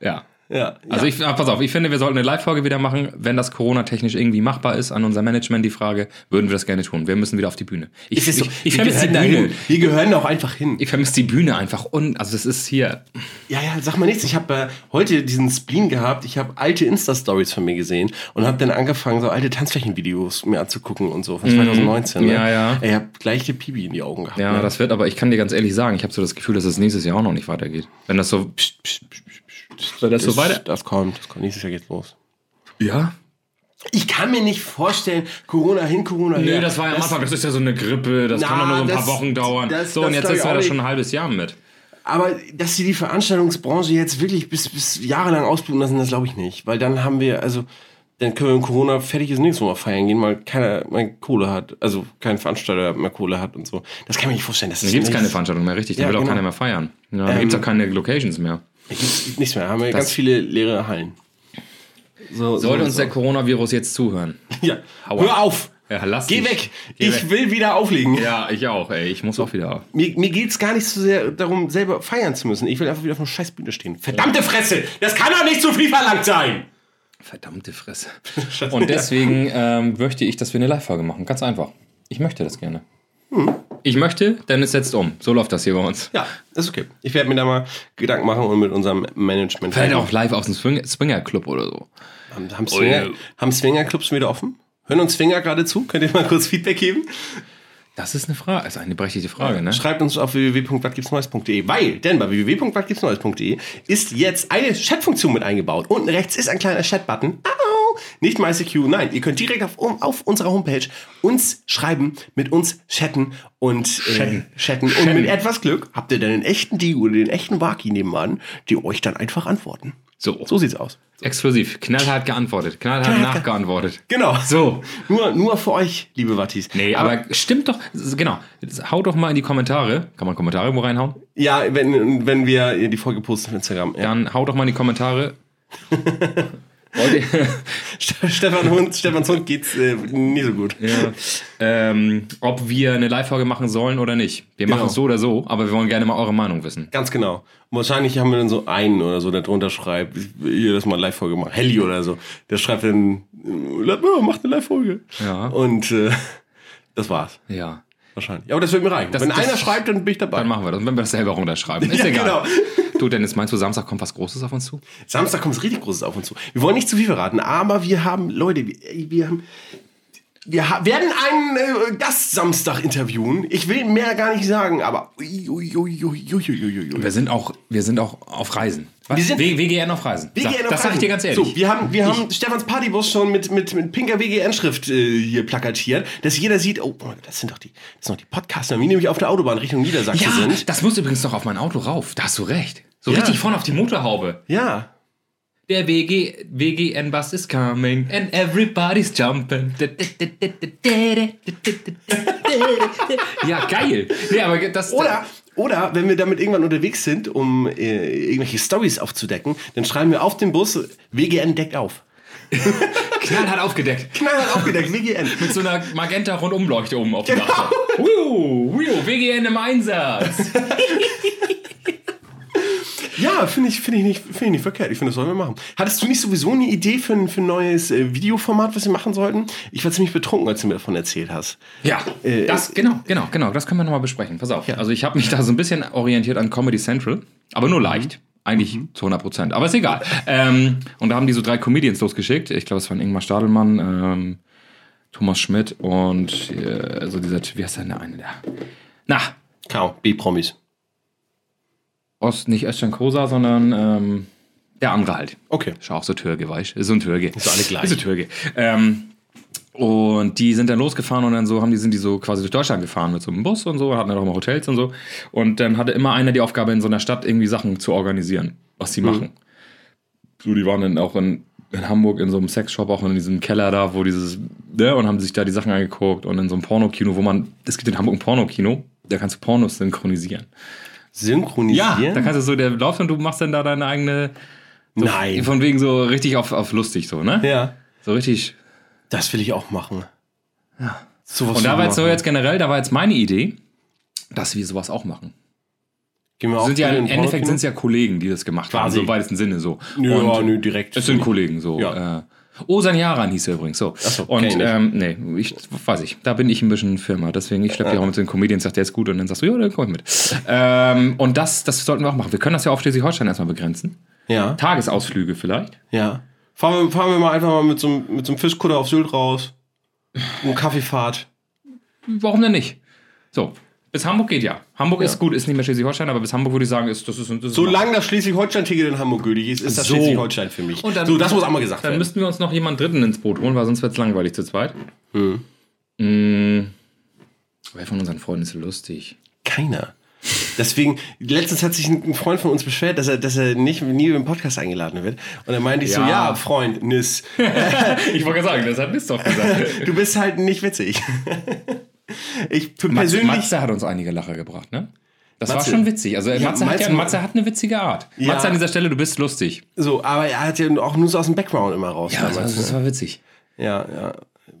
[SPEAKER 2] Ja.
[SPEAKER 1] Ja.
[SPEAKER 2] Also ich, ah, pass auf, ich finde, wir sollten eine Live-Folge wieder machen, wenn das Corona-technisch irgendwie machbar ist, an unser Management die Frage, würden wir das gerne tun. Wir müssen wieder auf die Bühne. Ich,
[SPEAKER 1] Ist es so?
[SPEAKER 2] ich, ich
[SPEAKER 1] wir,
[SPEAKER 2] vermisse die
[SPEAKER 1] gehören
[SPEAKER 2] Bühne.
[SPEAKER 1] dahin. wir gehören auch einfach hin.
[SPEAKER 2] Ich vermisse die Bühne einfach und, also das ist hier,
[SPEAKER 1] Ja, ja, sag mal nichts. Ich habe äh, heute diesen Spleen gehabt. Ich habe alte Insta-Stories von mir gesehen und habe dann angefangen, so alte Tanzflächenvideos mir anzugucken und so von 2019. Ne?
[SPEAKER 2] Mhm. Ja, ja.
[SPEAKER 1] Ich habe gleich die Pibi in die Augen gehabt.
[SPEAKER 2] ja,
[SPEAKER 1] ne?
[SPEAKER 2] das wird, aber ich kann dir ganz ehrlich sagen, ich habe so das Gefühl, dass es nächstes Jahr auch noch nicht weitergeht. Wenn das so, pst, pst, pst, pst, wenn das so weiter,
[SPEAKER 1] Das kommt, das kommt. Nächstes Jahr geht's los.
[SPEAKER 2] ja,
[SPEAKER 1] Ich kann mir nicht vorstellen, Corona hin, Corona her.
[SPEAKER 2] Nö, das war ja am Anfang, das ist ja so eine Grippe, das
[SPEAKER 1] Na,
[SPEAKER 2] kann doch nur so ein
[SPEAKER 1] das-
[SPEAKER 2] paar Wochen dauern.
[SPEAKER 1] das-
[SPEAKER 2] so,
[SPEAKER 1] das
[SPEAKER 2] und jetzt
[SPEAKER 1] glaub
[SPEAKER 2] ist
[SPEAKER 1] ich
[SPEAKER 2] er
[SPEAKER 1] auch
[SPEAKER 2] da
[SPEAKER 1] nicht.
[SPEAKER 2] schon ein halbes Jahr mit.
[SPEAKER 1] Aber dass sie die Veranstaltungsbranche jetzt wirklich bis, bis jahrelang ausbluten lassen, das glaube ich nicht. Weil dann haben wir, also, dann können wir in Corona fertig ist nichts mehr feiern gehen, weil keiner mehr Kohle hat. Also kein Veranstalter mehr Kohle hat und so. Das kann man nicht vorstellen. Das
[SPEAKER 2] Dann
[SPEAKER 1] ist
[SPEAKER 2] gibt es
[SPEAKER 1] nicht-
[SPEAKER 2] keine Veranstaltung mehr, richtig. Dann
[SPEAKER 1] Ja,
[SPEAKER 2] will auch
[SPEAKER 1] genau. Ähm,
[SPEAKER 2] keiner mehr feiern. Ja, dann gibt es auch keine Locations mehr.
[SPEAKER 1] Gibt's- gibt nichts mehr. Haben wir ganz viele leere Hallen. So,
[SPEAKER 2] Sollte
[SPEAKER 1] so-
[SPEAKER 2] uns der Coronavirus jetzt zuhören?
[SPEAKER 1] ja.
[SPEAKER 2] Aua.
[SPEAKER 1] Hör auf!
[SPEAKER 2] Ja, lass
[SPEAKER 1] Geh
[SPEAKER 2] dich.
[SPEAKER 1] weg!
[SPEAKER 2] Geh
[SPEAKER 1] ich
[SPEAKER 2] weg.
[SPEAKER 1] will wieder auflegen.
[SPEAKER 2] Ja, ich auch, ey. Ich muss auch wieder.
[SPEAKER 1] Mir, mir geht es gar nicht so sehr darum, selber feiern zu müssen. Ich will einfach wieder auf einer Scheißbühne stehen. Verdammte Fresse! Das kann doch nicht zu viel verlangt sein!
[SPEAKER 2] Verdammte Fresse. Und deswegen ähm, möchte ich, dass wir eine Live-Folge machen. Ganz einfach. Ich möchte das gerne.
[SPEAKER 1] Hm.
[SPEAKER 2] Ich möchte, Dennis setzt um. So läuft das hier bei uns.
[SPEAKER 1] Ja, ist okay. Ich werde mir da mal Gedanken machen und mit unserem Management.
[SPEAKER 2] Vielleicht Halt auch live aus dem Swing- Swinger-Club oder so.
[SPEAKER 1] Haben, haben, Swinger,
[SPEAKER 2] Ui.
[SPEAKER 1] haben Swingerclubs wieder offen? Hören uns Swinger gerade zu? Könnt ihr mal kurz Feedback geben?
[SPEAKER 2] Das ist eine Frage, ist eine berechtigte Frage, ne?
[SPEAKER 1] Schreibt uns auf www.watgibtsneues.de, weil, denn bei www.watgibtsneues.de ist jetzt eine Chatfunktion mit eingebaut. Unten rechts ist ein kleiner Chat-Button. Au! Nicht MyCQ, nein. Ihr könnt direkt auf, um, auf unserer Homepage uns schreiben, mit uns chatten und äh, chatten. Und mit etwas Glück habt ihr dann den echten Di oder den echten Waki nebenan, die euch dann einfach antworten.
[SPEAKER 2] So,
[SPEAKER 1] So sieht's aus.
[SPEAKER 2] explosiv. Knallhart geantwortet. Knallhart nachgeantwortet.
[SPEAKER 1] Genau.
[SPEAKER 2] So.
[SPEAKER 1] Nur, nur für euch, liebe Wattis.
[SPEAKER 2] Nee, aber, stimmt doch. Genau. Hau doch mal in die Kommentare. Kann man Kommentare irgendwo reinhauen?
[SPEAKER 1] Ja, wenn, wenn wir die Folge posten auf Instagram. Ja.
[SPEAKER 2] Dann hau doch mal in die Kommentare. Wollt ihr,
[SPEAKER 1] Stefan Hund, Stefans Hund geht's äh, nie so gut.
[SPEAKER 2] ja, ähm, ob wir eine Live-Folge machen sollen oder nicht. Wir machen
[SPEAKER 1] Genau.
[SPEAKER 2] es so oder so, aber wir wollen gerne mal eure Meinung wissen.
[SPEAKER 1] Ganz genau. Und wahrscheinlich haben wir dann so einen oder so, der drunter schreibt, ihr das mal Live-Folge macht. Helly oder so. Der schreibt dann, äh, macht eine Live-Folge.
[SPEAKER 2] Ja.
[SPEAKER 1] Und äh, das war's.
[SPEAKER 2] Ja.
[SPEAKER 1] Wahrscheinlich. Aber das wird mir reichen.
[SPEAKER 2] Das-
[SPEAKER 1] Wenn
[SPEAKER 2] das-
[SPEAKER 1] einer schreibt, dann bin ich dabei.
[SPEAKER 2] Dann machen wir das. Und wenn wir das selber runterschreiben, ist
[SPEAKER 1] Ja,
[SPEAKER 2] egal.
[SPEAKER 1] genau.
[SPEAKER 2] Du, Dennis, meinst du, Samstag kommt was Großes auf uns zu?
[SPEAKER 1] Samstag kommt was richtig Großes auf uns zu. Wir wollen nicht zu viel verraten, aber wir haben, Leute, wir, wir haben. Wir ha werden einen äh, Gast Samstag interviewen. Ich will mehr gar nicht sagen, aber. ui, ui, ui, ui, ui, ui, ui, ui.
[SPEAKER 2] Wir sind auch, wir sind auch auf Reisen. Was?
[SPEAKER 1] Wir sind-
[SPEAKER 2] W- WGN auf Reisen.
[SPEAKER 1] WGN
[SPEAKER 2] sag,
[SPEAKER 1] auf
[SPEAKER 2] das sage ich
[SPEAKER 1] Reisen.
[SPEAKER 2] dir ganz ehrlich.
[SPEAKER 1] So, wir haben, wir haben Stefans Partybus schon mit, mit, mit pinker WGN-Schrift äh, hier plakatiert, dass jeder sieht, oh, oh, das sind doch die, das sind doch die Podcaster, wie nämlich auf der Autobahn Richtung Niedersachsen
[SPEAKER 2] ja,
[SPEAKER 1] sind.
[SPEAKER 2] das muss übrigens noch auf mein Auto rauf. Da hast du recht. So
[SPEAKER 1] Ja.
[SPEAKER 2] richtig vorne auf die Motorhaube.
[SPEAKER 1] Ja.
[SPEAKER 2] Der WG, WGN-Bus is coming and everybody's jumping. Ja, geil. Nee, aber das,
[SPEAKER 1] Oder, oder wenn wir damit irgendwann unterwegs sind, um äh, irgendwelche Stories aufzudecken, dann schreiben wir auf den Bus WGN deckt auf.
[SPEAKER 2] Knall hat aufgedeckt.
[SPEAKER 1] Knallhart aufgedeckt, WGN.
[SPEAKER 2] Mit so einer magenta Rundumleuchte oben auf dem Dach. Wiu, wiu, WGN im Einsatz.
[SPEAKER 1] Ja, finde ich, finde ich, nicht, finde ich nicht verkehrt. Ich finde, das sollen wir machen. Hattest du nicht sowieso eine Idee für ein, für ein neues äh, Videoformat, was wir machen sollten? Ich war ziemlich betrunken, als du mir davon erzählt hast.
[SPEAKER 2] Ja,
[SPEAKER 1] Äh,
[SPEAKER 2] das, genau, genau, genau. Das können wir nochmal besprechen. Pass auf. Also ich habe mich da so ein bisschen orientiert an Comedy Central, aber nur leicht. Eigentlich zu 100 Prozent, aber ist egal. Ähm, und da haben die so drei Comedians losgeschickt. Ich glaube, es waren Ingmar Stadelmann, ähm, Thomas Schmidt und äh, so dieser, wie heißt denn der eine da? Na,
[SPEAKER 1] Kau, B-Promis.
[SPEAKER 2] Ost, nicht Özcan Kosa, sondern ähm, der andere halt.
[SPEAKER 1] Okay.
[SPEAKER 2] Ist ja auch so Türke, weißt du? Ist so ein Türke. Ist
[SPEAKER 1] doch alle gleich.
[SPEAKER 2] Ist so Türke. Ähm, und die sind dann losgefahren und dann so haben die, sind die so quasi durch Deutschland gefahren mit so einem Bus und so, hatten dann auch mal Hotels und so. Und dann hatte immer einer die Aufgabe, in so einer Stadt irgendwie Sachen zu organisieren, was
[SPEAKER 1] Mhm.
[SPEAKER 2] sie machen. So, die waren dann auch in, in Hamburg in so einem Sexshop, auch in diesem Keller da, wo dieses, ne, und haben sich da die Sachen angeguckt und in so einem Pornokino, wo man, es gibt in Hamburg ein Pornokino, da kannst du Pornos synchronisieren.
[SPEAKER 1] Synchronisieren?
[SPEAKER 2] Da kannst du so, der läuft und du machst dann da deine eigene.
[SPEAKER 1] Nein.
[SPEAKER 2] Von wegen so richtig auf, auf lustig, so, ne?
[SPEAKER 1] ja.
[SPEAKER 2] So richtig.
[SPEAKER 1] Das will ich auch machen. Ja. Sowas
[SPEAKER 2] Und da
[SPEAKER 1] will
[SPEAKER 2] war
[SPEAKER 1] ich
[SPEAKER 2] jetzt so
[SPEAKER 1] machen.
[SPEAKER 2] jetzt generell, da war jetzt meine Idee, dass wir sowas auch machen.
[SPEAKER 1] Gehen wir auch
[SPEAKER 2] Sind ja,
[SPEAKER 1] in
[SPEAKER 2] Im
[SPEAKER 1] den
[SPEAKER 2] Endeffekt
[SPEAKER 1] Pornokino?
[SPEAKER 2] sind es ja Kollegen, die das gemacht haben,
[SPEAKER 1] Quasi.
[SPEAKER 2] so im weitesten Sinne so.
[SPEAKER 1] Ja,
[SPEAKER 2] Und
[SPEAKER 1] nö, direkt.
[SPEAKER 2] Es sind Kollegen so.
[SPEAKER 1] Ja.
[SPEAKER 2] Äh, Osan Yaran hieß er übrigens so.
[SPEAKER 1] so, kenn ich
[SPEAKER 2] und
[SPEAKER 1] nicht.
[SPEAKER 2] ähm, nee, ich weiß ich, da bin ich ein bisschen Firma. Deswegen, ich schleppe ja auch mit den Comedians, sagt der ist gut und dann sagst du, ja, dann komm ich mit. ähm, und das, das sollten wir auch machen. Wir können das ja auf Schleswig-Holstein erstmal begrenzen.
[SPEAKER 1] Ja.
[SPEAKER 2] Tagesausflüge vielleicht.
[SPEAKER 1] Ja. Fahren wir, fahren wir mal einfach mal mit so, einem- mit so einem Fischkutter auf Sylt raus. Und Kaffeefahrt.
[SPEAKER 2] warum denn nicht? So, bis Hamburg geht ja. Hamburg ist gut, ist nicht mehr Schleswig-Holstein, aber bis Hamburg würde ich sagen, ist das ist, das ist
[SPEAKER 1] Solange das Schleswig-Holstein-Ticket in Hamburg gültig ist, ist das
[SPEAKER 2] So.
[SPEAKER 1] Schleswig-Holstein für mich.
[SPEAKER 2] Und dann-
[SPEAKER 1] so, das muss einmal gesagt
[SPEAKER 2] Dann
[SPEAKER 1] werden.
[SPEAKER 2] müssten wir uns noch jemand Dritten ins Boot holen, weil sonst wird es langweilig zu zweit.
[SPEAKER 1] Hm.
[SPEAKER 2] Mm. Wer von unseren Freunden ist so lustig?
[SPEAKER 1] Keiner. Deswegen, letztens hat sich ein ein Freund von uns beschwert, dass er, dass er nicht, nie im Podcast eingeladen wird. Und dann meinte ich so,
[SPEAKER 2] Ja.
[SPEAKER 1] ja, Freund, Nis,
[SPEAKER 2] Ich wollte gerade sagen, das hat Mist doch gesagt.
[SPEAKER 1] du bist halt nicht witzig. ich für
[SPEAKER 2] Matze,
[SPEAKER 1] persönlich...
[SPEAKER 2] Matze hat uns einige Lacher gebracht, ne? Das
[SPEAKER 1] Matze-
[SPEAKER 2] war schon witzig. Also äh,
[SPEAKER 1] Ja,
[SPEAKER 2] Matze, hat ja,
[SPEAKER 1] Matze-
[SPEAKER 2] Matze hat eine witzige Art.
[SPEAKER 1] Ja.
[SPEAKER 2] Matze an dieser Stelle, du bist lustig.
[SPEAKER 1] So, aber er hat ja auch nur so aus dem Background immer raus.
[SPEAKER 2] Ja, also- das war,
[SPEAKER 1] damals,
[SPEAKER 2] das
[SPEAKER 1] ne?
[SPEAKER 2] war witzig.
[SPEAKER 1] ja, ja.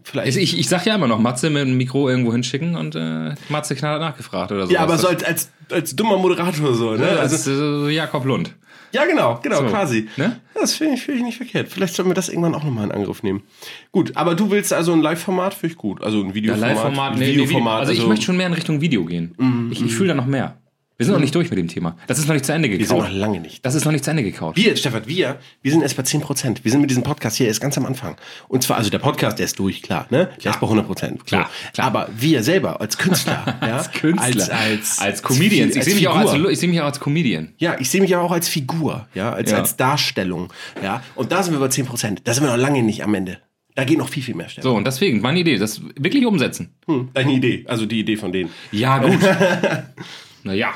[SPEAKER 1] Vielleicht.
[SPEAKER 2] Ich, ich sag ja immer noch, Matze mit dem Mikro irgendwo hinschicken und äh, Matze knallhart nachgefragt oder so.
[SPEAKER 1] ja, aber so als, als, als dummer Moderator so, ne?
[SPEAKER 2] Ja,
[SPEAKER 1] Also,
[SPEAKER 2] das ist äh, Jakob Lund.
[SPEAKER 1] ja, genau, genau,
[SPEAKER 2] So,
[SPEAKER 1] quasi.
[SPEAKER 2] ne?
[SPEAKER 1] Das finde ich, finde ich nicht verkehrt. Vielleicht sollten wir das irgendwann auch nochmal in Angriff nehmen. Gut, aber du willst also ein Live-Format, finde ich gut. Also ein Videoformat.
[SPEAKER 2] Live-Format, nee, nee, Video.
[SPEAKER 1] Videoformat. Mhm,
[SPEAKER 2] Also, ich möchte schon mehr in Richtung Video gehen. Ich, ich fühle da noch mehr. Wir sind noch nicht durch mit dem Thema. Das ist noch nicht zu Ende
[SPEAKER 1] Wir sind noch
[SPEAKER 2] gekaut.
[SPEAKER 1] lange nicht.
[SPEAKER 2] Das ist noch nicht zu Ende gekaut.
[SPEAKER 1] Wir, Stefan, wir, wir sind erst bei 10%. Wir sind mit diesem Podcast hier erst ganz am Anfang. Und zwar, also der Podcast, der ist durch, klar, ne? Der ist bei 100%.
[SPEAKER 2] Klar, klar.
[SPEAKER 1] Aber wir selber, als Künstler, ja?
[SPEAKER 2] Als Künstler.
[SPEAKER 1] Als, als,
[SPEAKER 2] als Comedians. Ich
[SPEAKER 1] als
[SPEAKER 2] sehe mich, auch
[SPEAKER 1] Figur.
[SPEAKER 2] als- ich seh mich auch als Comedian.
[SPEAKER 1] Ja, ich sehe mich ja auch als Figur, ja, als,
[SPEAKER 2] Ja.
[SPEAKER 1] als Darstellung, ja. Und da sind wir bei 10%. Da sind wir noch lange nicht am Ende. Da geht noch viel, viel mehr, Stefan.
[SPEAKER 2] So, und deswegen, meine Idee, das wirklich umsetzen.
[SPEAKER 1] Hm, deine Idee, also die Idee von denen.
[SPEAKER 2] Ja, gut. naja,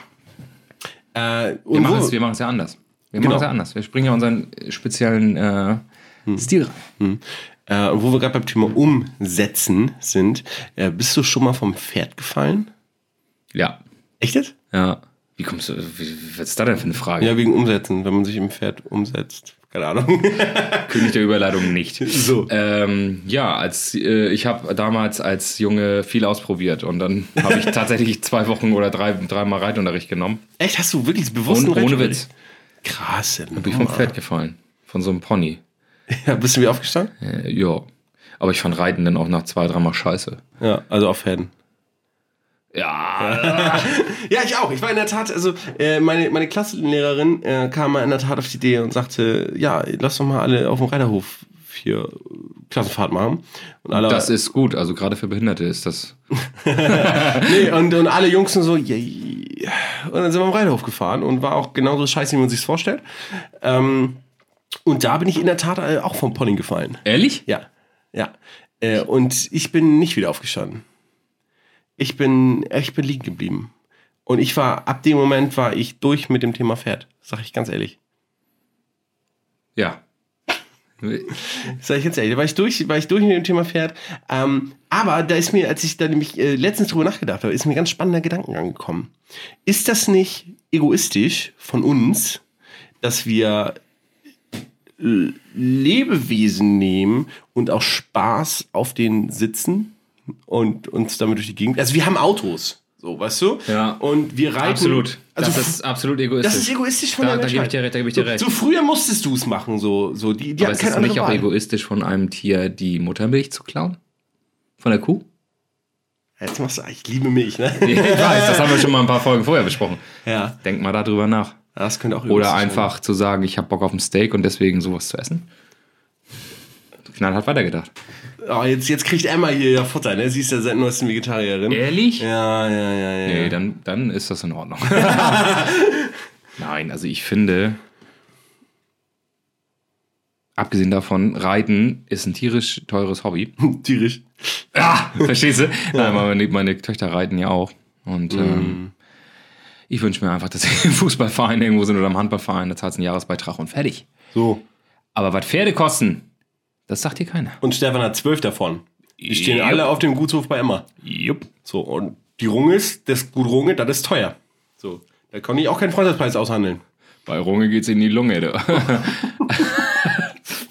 [SPEAKER 1] Äh,
[SPEAKER 2] wir
[SPEAKER 1] und
[SPEAKER 2] machen
[SPEAKER 1] wo, Äh,
[SPEAKER 2] es wir machen es ja anders. Wir machen
[SPEAKER 1] Genau.
[SPEAKER 2] das ja anders. Wir springen ja unseren speziellen äh,
[SPEAKER 1] Hm.
[SPEAKER 2] Stil rein.
[SPEAKER 1] Äh, und wo wir gerade beim Thema Umsetzen sind, äh, bist du schon mal vom Pferd gefallen?
[SPEAKER 2] Ja.
[SPEAKER 1] Echt jetzt?
[SPEAKER 2] Ja. Wie kommst du, wie, was ist da denn für eine Frage?
[SPEAKER 1] Ja, wegen Umsetzen, wenn man sich im Pferd umsetzt. Keine Ahnung.
[SPEAKER 2] König der Überleitung nicht.
[SPEAKER 1] So. Äh,
[SPEAKER 2] Ähm, ja, als äh, ich habe damals als Junge viel ausprobiert und dann habe ich tatsächlich zwei Wochen oder drei, dreimal Reitunterricht genommen.
[SPEAKER 1] Echt, hast du wirklich bewusst
[SPEAKER 2] Und
[SPEAKER 1] einen
[SPEAKER 2] ohne
[SPEAKER 1] Reitschritt?
[SPEAKER 2] Witz.
[SPEAKER 1] Krass, ja,
[SPEAKER 2] Bin vom Pferd gefallen. Von so einem Pony.
[SPEAKER 1] Ja, bist du wieder aufgestanden?
[SPEAKER 2] Äh, ja. Aber ich fand Reiten dann auch nach zwei, dreimal scheiße.
[SPEAKER 1] Ja, also auf Pferden.
[SPEAKER 2] Ja.
[SPEAKER 1] Ja, ich auch. Ich war in der Tat, also äh, meine, meine Klassenlehrerin äh, kam mal in der Tat auf die Idee und sagte, ja, lass doch mal alle auf dem Reiterhof hier äh, Klassenfahrt machen. Und alle,
[SPEAKER 2] Das ist gut. Also gerade für Behinderte ist das.
[SPEAKER 1] nee, und, und alle Jungs nur so, yeah, yeah. und dann sind wir am Reiterhof gefahren und war auch genauso scheiße, wie man sich's vorstellt. Ähm, und da bin ich in der Tat äh, auch vom Pony gefallen.
[SPEAKER 2] Ehrlich?
[SPEAKER 1] Ja, ja. Äh, und ich bin nicht wieder aufgestanden. Ich bin, äh, ich bin liegen geblieben. Und ich war, ab dem Moment war ich durch mit dem Thema Pferd. Sag ich ganz ehrlich.
[SPEAKER 2] Ja.
[SPEAKER 1] Sag ich ganz ehrlich. Da war ich durch, war ich durch mit dem Thema Pferd. Ähm, aber da ist mir, als ich da nämlich äh, letztens drüber nachgedacht habe, ist mir ein ganz spannender Gedankengang gekommen. Ist das nicht egoistisch von uns, dass wir L- Lebewesen nehmen und auch Spaß auf den sitzen und uns damit durch die Gegend. Also wir haben Autos, so weißt du?
[SPEAKER 2] Ja.
[SPEAKER 1] Und wir reiten.
[SPEAKER 2] Absolut.
[SPEAKER 1] Also
[SPEAKER 2] das ist absolut egoistisch.
[SPEAKER 1] das ist egoistisch von
[SPEAKER 2] Da-
[SPEAKER 1] der
[SPEAKER 2] da
[SPEAKER 1] Menschheit.
[SPEAKER 2] gebe ich dir recht, da gebe ich dir
[SPEAKER 1] so,
[SPEAKER 2] recht.
[SPEAKER 1] So früher musstest du es machen, so so die die
[SPEAKER 2] Aber
[SPEAKER 1] haben
[SPEAKER 2] es
[SPEAKER 1] keine
[SPEAKER 2] ist
[SPEAKER 1] andere
[SPEAKER 2] nicht auch
[SPEAKER 1] Wahl.
[SPEAKER 2] egoistisch von einem Tier, die Muttermilch zu klauen? Von der Kuh?
[SPEAKER 1] Jetzt machst du, ich liebe mich, ne?
[SPEAKER 2] Ich weiß, das haben wir schon mal ein paar Folgen vorher besprochen.
[SPEAKER 1] Ja,
[SPEAKER 2] Denk mal darüber nach.
[SPEAKER 1] das könnte auch
[SPEAKER 2] Oder
[SPEAKER 1] egoistisch
[SPEAKER 2] einfach zu sagen, ich habe Bock auf ein Steak und deswegen sowas zu essen. Knall hat weitergedacht.
[SPEAKER 1] sein. Oh, jetzt, jetzt kriegt Emma hier ja Futter, ne? Sie ist ja seit neuestem Vegetarierin.
[SPEAKER 2] Ehrlich?
[SPEAKER 1] Ja, ja, ja, ja.
[SPEAKER 2] Nee, dann, dann ist das in Ordnung. Nein, also ich finde, abgesehen davon, Reiten ist ein tierisch teures Hobby.
[SPEAKER 1] Tierisch.
[SPEAKER 2] Verstehst du? Nein, meine, meine Töchter reiten ja auch. Und ähm, ich wünsche mir einfach, dass sie im Fußballverein irgendwo sind oder im Handballverein, da zahlt einen Jahresbeitrag und fertig.
[SPEAKER 1] So.
[SPEAKER 2] Aber was Pferde kosten, das sagt dir keiner.
[SPEAKER 1] Und Stefan hat zwölf davon. Die stehen
[SPEAKER 2] Jupp.
[SPEAKER 1] alle auf dem Gutshof bei Emma.
[SPEAKER 2] Jupp.
[SPEAKER 1] So, und die Runge ist, das Gut Runge, das ist teuer. So, da kann ich auch keinen Freundschaftspreis aushandeln.
[SPEAKER 2] Bei Runge geht's in die Lunge. Du.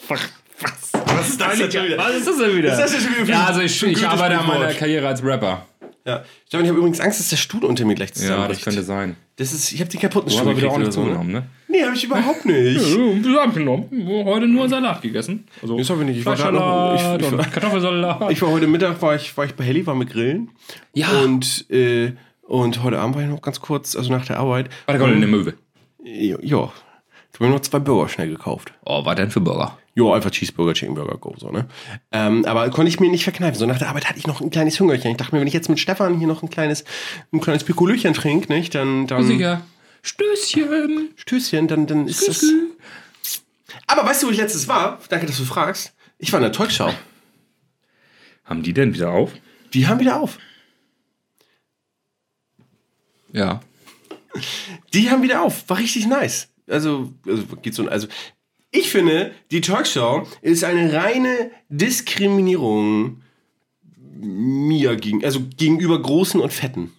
[SPEAKER 1] Was ist das jetzt schon wieder?
[SPEAKER 2] Was ist das denn wieder?
[SPEAKER 1] Ist das denn schon wieder für
[SPEAKER 2] ja,
[SPEAKER 1] ein-
[SPEAKER 2] also ich,
[SPEAKER 1] für ein
[SPEAKER 2] ich
[SPEAKER 1] gutes
[SPEAKER 2] arbeite an meiner
[SPEAKER 1] Sprichwort?
[SPEAKER 2] Karriere als Rapper.
[SPEAKER 1] Ja. Stefan, ich habe übrigens Angst, dass der Stuhl unter mir gleich
[SPEAKER 2] Ja,
[SPEAKER 1] zusammenbricht.
[SPEAKER 2] das könnte sein.
[SPEAKER 1] Das ist, ich habe den kaputten
[SPEAKER 2] Du
[SPEAKER 1] Stuhl
[SPEAKER 2] hast aber wieder
[SPEAKER 1] gekriegt
[SPEAKER 2] auch nicht
[SPEAKER 1] oder so, ne?
[SPEAKER 2] zugenommen, ne?
[SPEAKER 1] Nee, habe ich überhaupt nicht.
[SPEAKER 2] abgenommen. Heute nur Salat gegessen. Also
[SPEAKER 1] Das habe ich nicht. Ich war gerade noch, ich, ich, war-
[SPEAKER 2] Kartoffelsalat.
[SPEAKER 1] ich war heute Mittag, war ich, war ich bei Helly, war mit Grillen.
[SPEAKER 2] Ja.
[SPEAKER 1] Und, äh, und heute Abend war ich noch ganz kurz, also nach der Arbeit.
[SPEAKER 2] Warte, kommt in der Möwe.
[SPEAKER 1] Jo, jo. ich habe mir noch zwei Burger schnell gekauft.
[SPEAKER 2] Oh, was denn für Burger?
[SPEAKER 1] Jo, einfach Cheeseburger, Chickenburger, go, so, ne? Ähm, aber konnte ich mir nicht verkneifen. So nach der Arbeit hatte ich noch ein kleines Hungerchen. Ich dachte mir, wenn ich jetzt mit Stefan hier noch ein kleines, ein kleines Pikolöchen trinke, nicht, dann, dann,
[SPEAKER 2] Sicher. Stößchen.
[SPEAKER 1] Stößchen, dann, dann ist das. Aber weißt du, wo ich letztes war? Danke, dass du fragst. Ich war in der Talkshow.
[SPEAKER 2] Haben die denn wieder auf?
[SPEAKER 1] Die haben wieder auf.
[SPEAKER 2] Ja.
[SPEAKER 1] Die haben wieder auf. War richtig nice. Also, also geht so. Also, ich finde, die Talkshow ist eine reine Diskriminierung mir gegen, also gegenüber Großen und Fetten.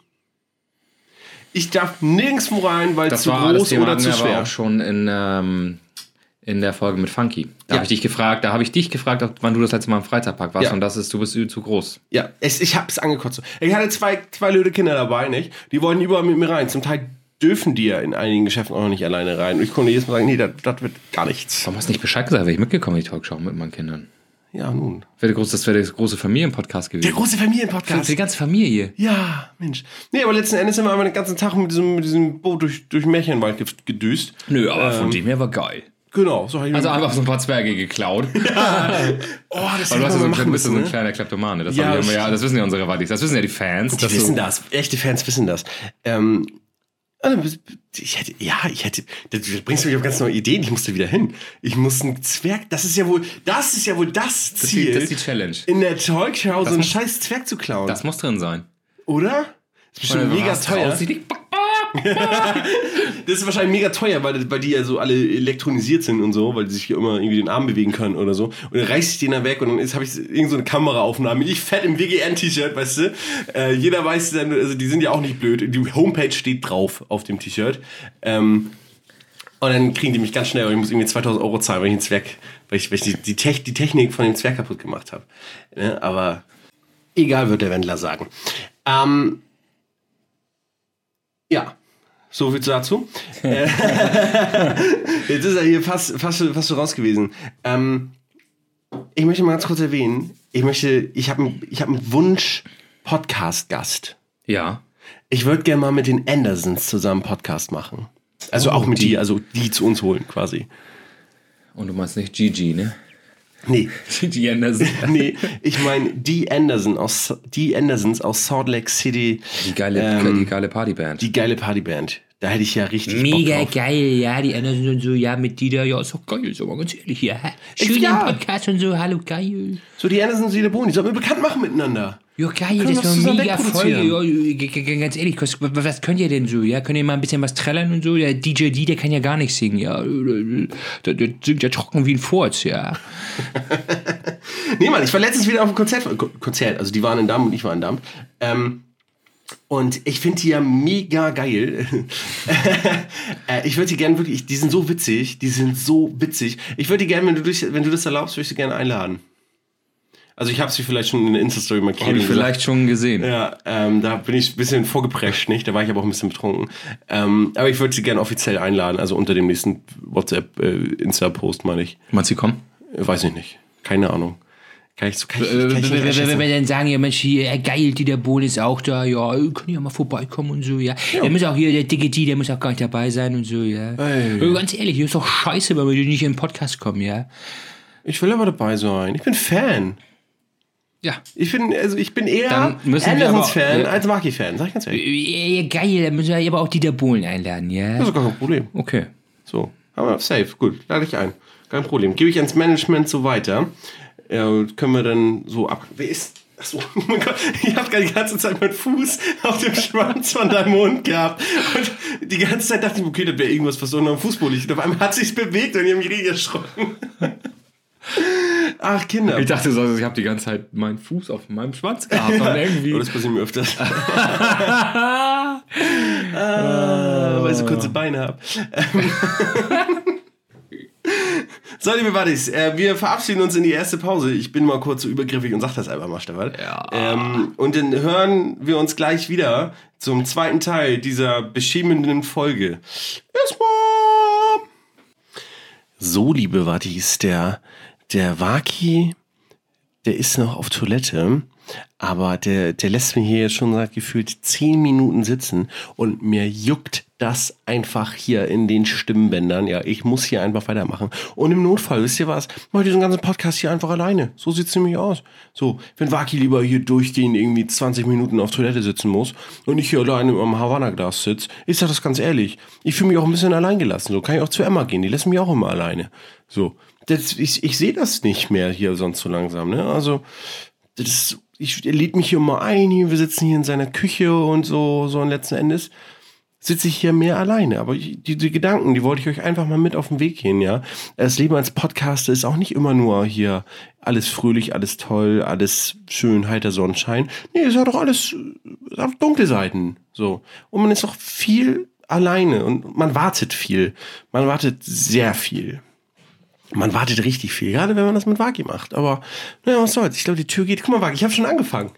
[SPEAKER 1] Ich darf nirgendwo rein, weil
[SPEAKER 2] Das
[SPEAKER 1] zu
[SPEAKER 2] war alles
[SPEAKER 1] groß
[SPEAKER 2] Thema
[SPEAKER 1] oder
[SPEAKER 2] hatten
[SPEAKER 1] zu
[SPEAKER 2] wir aber
[SPEAKER 1] schwer.
[SPEAKER 2] auch schon in, ähm, in der Folge mit Funky.
[SPEAKER 1] Ja.
[SPEAKER 2] Da habe ich dich gefragt, da habe ich dich gefragt, ob- wann du das letzte Mal im Freizeitpark warst
[SPEAKER 1] Ja.
[SPEAKER 2] und das ist, du bist zu groß.
[SPEAKER 1] Ja, es, ich hab's angekotzt. Ich hatte zwei, zwei löde Kinder dabei, nicht? Die wollten überall mit mir rein. Zum Teil dürfen die ja in einigen Geschäften auch noch nicht alleine rein. Und ich konnte jedes Mal sagen, nee, das das wird gar nichts.
[SPEAKER 2] Warum hast du nicht Bescheid gesagt, wäre ich mitgekommen in die Talkshow mit meinen Kindern?
[SPEAKER 1] Ja, nun.
[SPEAKER 2] Wäre groß, das wäre der große Familienpodcast
[SPEAKER 1] Der
[SPEAKER 2] gewesen.
[SPEAKER 1] große Familienpodcast.
[SPEAKER 2] die ganze Familie.
[SPEAKER 1] Ja, Mensch. Nee, aber letzten Endes sind wir einfach den ganzen Tag mit diesem, mit diesem Boot durch, durch den Märchenwald ge- gedüst.
[SPEAKER 2] Nö, aber
[SPEAKER 1] Ähm.
[SPEAKER 2] von dem her war geil.
[SPEAKER 1] Genau. So hab ich
[SPEAKER 2] Also
[SPEAKER 1] mir-
[SPEAKER 2] einfach so ein paar Zwerge geklaut.
[SPEAKER 1] oh, das
[SPEAKER 2] Weil
[SPEAKER 1] hätten
[SPEAKER 2] du hast also
[SPEAKER 1] wir
[SPEAKER 2] ja so
[SPEAKER 1] mal
[SPEAKER 2] ein,
[SPEAKER 1] machen
[SPEAKER 2] bist so
[SPEAKER 1] müssen,
[SPEAKER 2] ein
[SPEAKER 1] ne?
[SPEAKER 2] kleiner Kleptomane. Das,
[SPEAKER 1] Ja,
[SPEAKER 2] haben wir,
[SPEAKER 1] das
[SPEAKER 2] ja, das wissen ja unsere Wadis, das wissen ja die Fans.
[SPEAKER 1] Die
[SPEAKER 2] dass
[SPEAKER 1] wissen
[SPEAKER 2] du-
[SPEAKER 1] das. Echte Fans wissen das. Ähm, also, ich hätte, ja, ich hätte, du bringst mich auf ganz neue Ideen. Ich musste wieder hin. Ich muss einen Zwerg, das ist ja wohl, das ist ja wohl das
[SPEAKER 2] Das ist die-
[SPEAKER 1] Ziel.
[SPEAKER 2] das ist die Challenge.
[SPEAKER 1] in der Talkshow so einen
[SPEAKER 2] muss-
[SPEAKER 1] scheiß Zwerg zu klauen.
[SPEAKER 2] Das muss drin sein.
[SPEAKER 1] oder? Das ist bestimmt mega teuer.
[SPEAKER 2] Raus, die-
[SPEAKER 1] Das ist wahrscheinlich mega teuer, weil, weil die ja so alle elektronisiert sind und so, weil die sich ja immer irgendwie den Arm bewegen können oder so. Und dann reiß ich den da weg und dann habe ich irgend so eine Kameraaufnahme. Ich fett im WGN-T-Shirt, weißt du. Äh, jeder weiß dann, also die sind ja auch nicht blöd. Die Homepage steht drauf auf dem T-Shirt. Ähm, und dann kriegen die mich ganz schnell und ich muss irgendwie 2000 Euro zahlen, weil ich den Zwerg, weil ich, weil ich die, die, Tech, die Technik von dem Zwerg kaputt gemacht habe. Ne? Aber egal, wird der Wendler sagen. Ähm, ja. So viel dazu. Äh, Jetzt ist er hier fast, fast, fast so raus gewesen. Ähm, ich möchte mal ganz kurz erwähnen, ich möchte, ich habe einen- ich hab einen Wunsch-Podcast-Gast.
[SPEAKER 2] Ja.
[SPEAKER 1] Ich würde gerne mal mit den Andersons zusammen Podcast machen. Also
[SPEAKER 4] Oh,
[SPEAKER 1] auch mit die. also die zu uns holen quasi.
[SPEAKER 2] Und du meinst nicht Gigi, ne?
[SPEAKER 1] Nee,
[SPEAKER 2] Gigi Anderson.
[SPEAKER 1] nee, ich meine die Anderson aus die Andersons aus Salt Lake City,
[SPEAKER 2] Die geile, Ähm, die geile Partyband.
[SPEAKER 1] die geile Partyband. Da hätte ich ja richtig
[SPEAKER 4] Mega
[SPEAKER 1] Bock drauf.
[SPEAKER 4] geil, ja, die anderen und so, ja, mit Dieter, ja, ist doch geil, so mal ganz ehrlich, ja. Schön
[SPEAKER 1] ja.
[SPEAKER 4] den Podcast und so, hallo, geil.
[SPEAKER 1] So die Andersons und die Boni, sollten wir bekannt machen miteinander.
[SPEAKER 4] Ja, geil,
[SPEAKER 1] Können wir
[SPEAKER 4] das war
[SPEAKER 1] das
[SPEAKER 4] eine
[SPEAKER 1] zusammen
[SPEAKER 4] mega Folge,
[SPEAKER 1] wegproduzieren?
[SPEAKER 4] ja, g- g- g- ganz ehrlich, was, was könnt ihr denn so, ja? Könnt ihr mal ein bisschen was trällern und so? Der DJ D, der kann ja gar nicht singen, ja. Der, der singt ja trocken wie ein Furz, ja.
[SPEAKER 1] Nee, Mann, ich war letztens wieder auf einem Konzert, Ko- Konzert. also die waren in Damm und ich war in Damm. Ähm, und ich finde die ja mega geil. äh, ich würde die gerne wirklich, die sind so witzig, die sind so witzig. Ich würde die gerne, wenn du, dich, wenn du das erlaubst, würde ich sie gerne einladen. Also ich habe sie vielleicht schon in der Insta-Story markiert.
[SPEAKER 2] Habe
[SPEAKER 1] und
[SPEAKER 2] ich
[SPEAKER 1] gesagt.
[SPEAKER 2] vielleicht schon gesehen.
[SPEAKER 1] Ja, ähm, da bin ich ein bisschen vorgeprescht, nicht? Da war ich aber auch ein bisschen betrunken. Ähm, aber ich würde sie gerne offiziell einladen, also unter dem nächsten WhatsApp, äh, Insta-Post, meine ich.
[SPEAKER 2] Meinst du, komm?
[SPEAKER 1] Äh, Weiß ich nicht. Keine Ahnung. Kann ich so kann ich,
[SPEAKER 4] Äh,
[SPEAKER 1] kann ich
[SPEAKER 4] Wenn
[SPEAKER 1] nicht
[SPEAKER 4] wenn- wenn- wenn
[SPEAKER 1] einschätzen.
[SPEAKER 4] wir dann sagen, ja Mensch, hier, äh, geil, Dieter Bohlen ist auch da, ja, äh, können ja mal vorbeikommen und so, ja. Der muss auch hier, der dicke D, der muss auch gar nicht dabei sein und so, ja. Äh, Ganz ehrlich, hier ist doch scheiße, wenn wir hier nicht in den Podcast kommen, ja.
[SPEAKER 1] Ich will aber dabei sein. Ich bin Fan.
[SPEAKER 2] Ja.
[SPEAKER 1] Ich bin, also ich bin eher
[SPEAKER 2] Dann müssen wir
[SPEAKER 1] Andersons-Fan
[SPEAKER 2] aber-
[SPEAKER 1] als Maki-Fan, sag ich ganz ehrlich.
[SPEAKER 4] Äh, Ja, geil, dann müssen wir aber auch Dieter Bohlen einladen,
[SPEAKER 1] Das
[SPEAKER 4] ja.
[SPEAKER 1] ist gar kein Problem.
[SPEAKER 2] Okay.
[SPEAKER 1] So, haben wir safe. Gut, lade ich ein. Kein Problem. Gebe ich ans Management so weiter. Äh, können wir dann so ab. Wer ist. Achso, oh mein Gott, ich habe die ganze Zeit meinen Fuß auf dem Schwanz von deinem Hund gehabt. Und die ganze Zeit dachte ich, okay, das wäre irgendwas, was unter dem Fußboden liegt. Und auf einmal hat sich's bewegt und ich habe mich richtig erschrocken. Ach, Kinder.
[SPEAKER 2] Ich dachte, sonst- ich habe die ganze Zeit meinen Fuß auf meinem Schwanz gehabt. Und
[SPEAKER 1] Oh,
[SPEAKER 2] irgendwie.
[SPEAKER 1] das passiert mir öfters. ah, weil ich so kurze Beine habe. so, liebe Buddies, äh, wir verabschieden uns in die erste Pause. Ich bin mal kurz so übergriffig und sag das einfach mal, Stefan.
[SPEAKER 2] Ja.
[SPEAKER 1] Ähm, und dann hören wir uns gleich wieder zum zweiten Teil dieser beschämenden Folge. Erstmal! So, liebe Wattis, der, der Waki, der ist noch auf Toilette, aber der, der lässt mich hier jetzt schon seit gefühlt zehn Minuten sitzen und mir juckt das einfach hier in den Stimmbändern. Ja, ich muss hier einfach weitermachen. Und im Notfall, wisst ihr was, mach diesen ganzen Podcast hier einfach alleine. So sieht's nämlich aus. So, wenn Waki lieber hier durchgehend irgendwie 20 Minuten auf Toilette sitzen muss und ich hier alleine am Havanna-Glas sitze, ich sag das ganz ehrlich. Ich fühle mich auch ein bisschen alleingelassen. So kann ich auch zu Emma gehen. Die lässt mich auch immer alleine. So. Das, ich ich sehe das nicht mehr hier sonst so langsam. Ne? Also, das ist, ich, er lädt mich hier mal ein. Hier, wir sitzen hier in seiner Küche und so. So und letzten Endes sitze ich hier mehr alleine. Aber ich, die, die Gedanken, die wollte ich euch einfach mal mit auf den Weg gehen. Ja? Das Leben als Podcaster ist auch nicht immer nur hier alles fröhlich, alles toll, alles schön, heiter Sonnenschein. Nee, es hat doch alles äh, auch dunkle Seiten. So. Und man ist auch viel alleine und man wartet viel. Man wartet sehr viel. Man wartet richtig viel, gerade wenn man das mit Wagi macht. Aber naja, was soll's. Ich glaube, die Tür geht. Guck mal, Wagi, ich habe schon angefangen.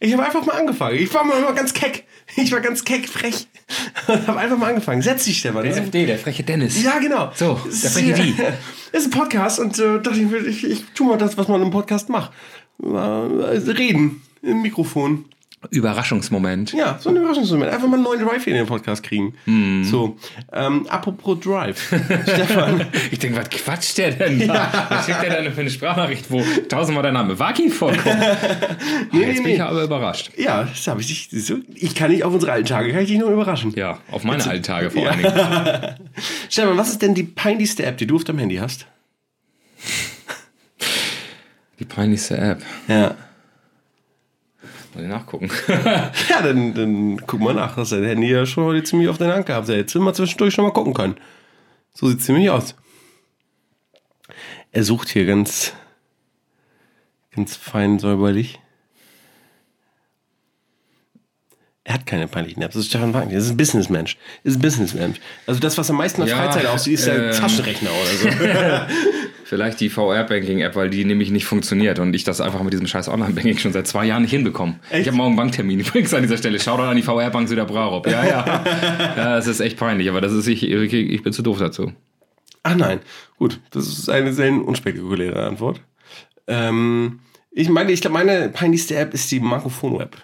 [SPEAKER 1] Ich habe einfach mal angefangen. Ich war mal immer ganz keck. Ich war ganz keck, frech. Und habe einfach mal angefangen. Setz dich, Stefan. Das ist-
[SPEAKER 2] AfD, der freche Dennis.
[SPEAKER 1] Ja, genau.
[SPEAKER 2] So,
[SPEAKER 1] Es
[SPEAKER 2] der
[SPEAKER 1] ist-
[SPEAKER 2] freche Die.
[SPEAKER 1] ist ein Podcast und äh, dachte ich, mir, ich, ich tue mal das, was man im Podcast macht. Äh, reden im Mikrofon.
[SPEAKER 2] Überraschungsmoment.
[SPEAKER 1] Ja, so ein Überraschungsmoment. Einfach mal einen neuen Drive hier in den Podcast kriegen. So, ähm, apropos Drive. Stefan,
[SPEAKER 2] Ich denke, was quatscht der denn da? Was schickt der denn für eine Sprachnachricht, wo tausendmal der Name Waki vorkommt? Ah,
[SPEAKER 1] nee, nee,
[SPEAKER 2] Jetzt bin ich
[SPEAKER 1] nee.
[SPEAKER 2] ja aber überrascht.
[SPEAKER 1] Ja, das habe ich dich. siehst du, Ich kann dich auf unsere alten Tage, kann ich dich nur überraschen.
[SPEAKER 2] Ja, auf meine alten Tage vor allen Dingen.
[SPEAKER 1] Stefan, was ist denn die peinlichste App, die du auf deinem Handy hast?
[SPEAKER 2] Die peinlichste App.
[SPEAKER 1] Ja.
[SPEAKER 2] Muss ich nachgucken.
[SPEAKER 1] Ja, dann, dann guck mal nach. Das hat dein Handy ja schon heute ziemlich auf den Hand gehabt. Da hättest du mal zwischendurch schon mal gucken können. So sieht es ziemlich aus. Er sucht hier ganz, ganz fein säuberlich. Er hat keine peinlichen Apps. Das ist Stefan Wagner. Das ist ein Businessmensch. Das ist ein Businessmensch. Also das, was am meisten in der
[SPEAKER 2] Ja,
[SPEAKER 1] Freizeit aussieht, ist der
[SPEAKER 2] ähm,
[SPEAKER 1] Taschenrechner oder so.
[SPEAKER 2] Vielleicht die VR-Banking-App, weil die nämlich nicht funktioniert und ich das einfach mit diesem scheiß Online-Banking schon seit zwei Jahren nicht hinbekomme. Ich habe morgen einen Banktermin übrigens an dieser Stelle. Shoutout an die VR-Bank Süderbrarup. Ja, ja. ja, es ist echt peinlich, aber das ist ich, ich, ich bin zu doof dazu.
[SPEAKER 1] Ach nein. Gut, das ist eine sehr unspektakuläre Antwort. Ähm, ich meine, ich glaube, meine peinlichste App ist die Markofono-App.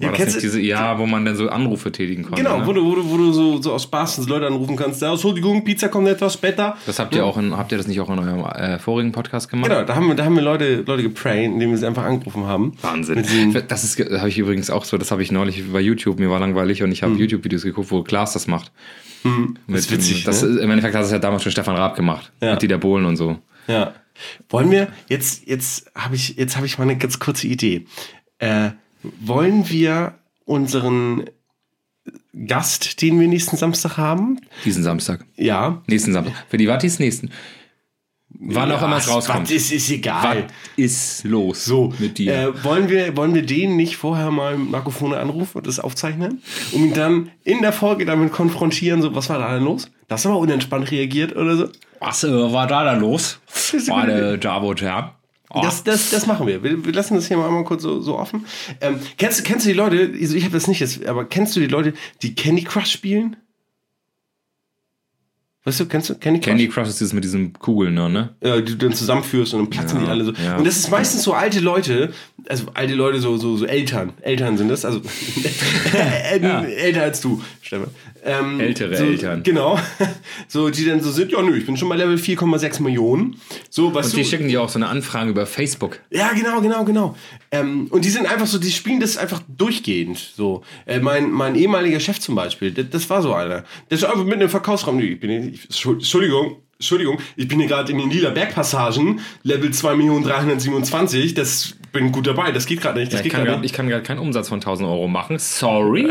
[SPEAKER 2] War das nicht diese, ja, wo man dann so Anrufe tätigen konnte.
[SPEAKER 1] Genau,
[SPEAKER 2] ne?
[SPEAKER 1] wo du, wo du, wo du so, so aus Spaß Leute anrufen kannst. Ja, Entschuldigung, Pizza kommt etwas später.
[SPEAKER 2] Das habt ihr auch in, habt ihr das nicht auch in eurem äh, vorigen Podcast gemacht?
[SPEAKER 1] Genau, da haben wir, da haben wir Leute, Leute geprayt, indem wir sie einfach angerufen haben.
[SPEAKER 2] Wahnsinn.
[SPEAKER 1] Mit diesem-
[SPEAKER 2] Das ist ge- habe ich übrigens auch so, das habe ich neulich bei YouTube, mir war langweilig und ich habe YouTube-Videos geguckt, wo Klaas das macht. Mit
[SPEAKER 1] Hm. das ist
[SPEAKER 2] dem-
[SPEAKER 1] witzig.
[SPEAKER 2] Das,
[SPEAKER 1] ne?
[SPEAKER 2] ist- Im Endeffekt hat das ja damals schon Stefan Raab gemacht.
[SPEAKER 1] Ja.
[SPEAKER 2] Mit Dieter Bohlen und so.
[SPEAKER 1] ja. Wollen wir, jetzt, jetzt habe ich, jetzt habe ich mal eine ganz kurze Idee. Äh, wollen wir unseren Gast, den wir nächsten Samstag haben?
[SPEAKER 2] Diesen Samstag.
[SPEAKER 1] Ja.
[SPEAKER 2] Nächsten Samstag. Für die Wattis nächsten. Wann auch
[SPEAKER 1] ja,
[SPEAKER 2] immer es rauskommt.
[SPEAKER 1] Was ist, ist egal.
[SPEAKER 2] ist los
[SPEAKER 1] So,
[SPEAKER 2] mit dir?
[SPEAKER 1] Äh, wollen, wir, wollen wir den nicht vorher mal mit Mikrofone anrufen und das aufzeichnen? Um ihn dann in der Folge damit konfrontieren, so, was war da denn los? Das aber unentspannt reagiert oder so.
[SPEAKER 2] Was äh, war da dann los?
[SPEAKER 1] ist eine gute
[SPEAKER 2] Meine Damen und Herren. Oh.
[SPEAKER 1] Das, das, das machen wir. wir. Wir lassen das hier mal einmal kurz so, so offen. Ähm, kennst, du- kennst du die Leute, also ich habe das nicht jetzt, aber kennst du die Leute, die Candy Crush spielen? Weißt du, kennst du Candy Crush?
[SPEAKER 2] Candy Crush ist dieses mit diesem Kugeln, ne, ne?
[SPEAKER 1] äh, die du dann zusammenführst und dann platzen
[SPEAKER 2] Ja,
[SPEAKER 1] die alle so.
[SPEAKER 2] ja.
[SPEAKER 1] Und das ist meistens so alte Leute, also alte Leute, so, so, so Eltern. Eltern sind das, also äh, älter als du, Stefan. Ähm,
[SPEAKER 2] Ältere
[SPEAKER 1] so,
[SPEAKER 2] Eltern.
[SPEAKER 1] Genau. So, die dann so sind, ja nö, ich bin schon bei Level 4,6 Millionen. So, was
[SPEAKER 2] Und die schicken dir auch so eine Anfrage über Facebook.
[SPEAKER 1] ja, genau, genau, genau. Ähm, und die sind einfach so, die spielen das einfach durchgehend. So, äh, mein, mein ehemaliger Chef zum Beispiel, das, das war so einer. Der ist einfach mitten im Verkaufsraum. Ich bin hier, ich, Entschuldigung, Entschuldigung, ich bin hier gerade in den Lila Bergpassagen, Level 2.327. Das bin gut dabei. Das geht gerade nicht. Das
[SPEAKER 2] Ich
[SPEAKER 1] geht
[SPEAKER 2] kann
[SPEAKER 1] gerade
[SPEAKER 2] grad-
[SPEAKER 1] nicht.
[SPEAKER 2] ich kann gerade keinen Umsatz von 1000 Euro machen. Sorry.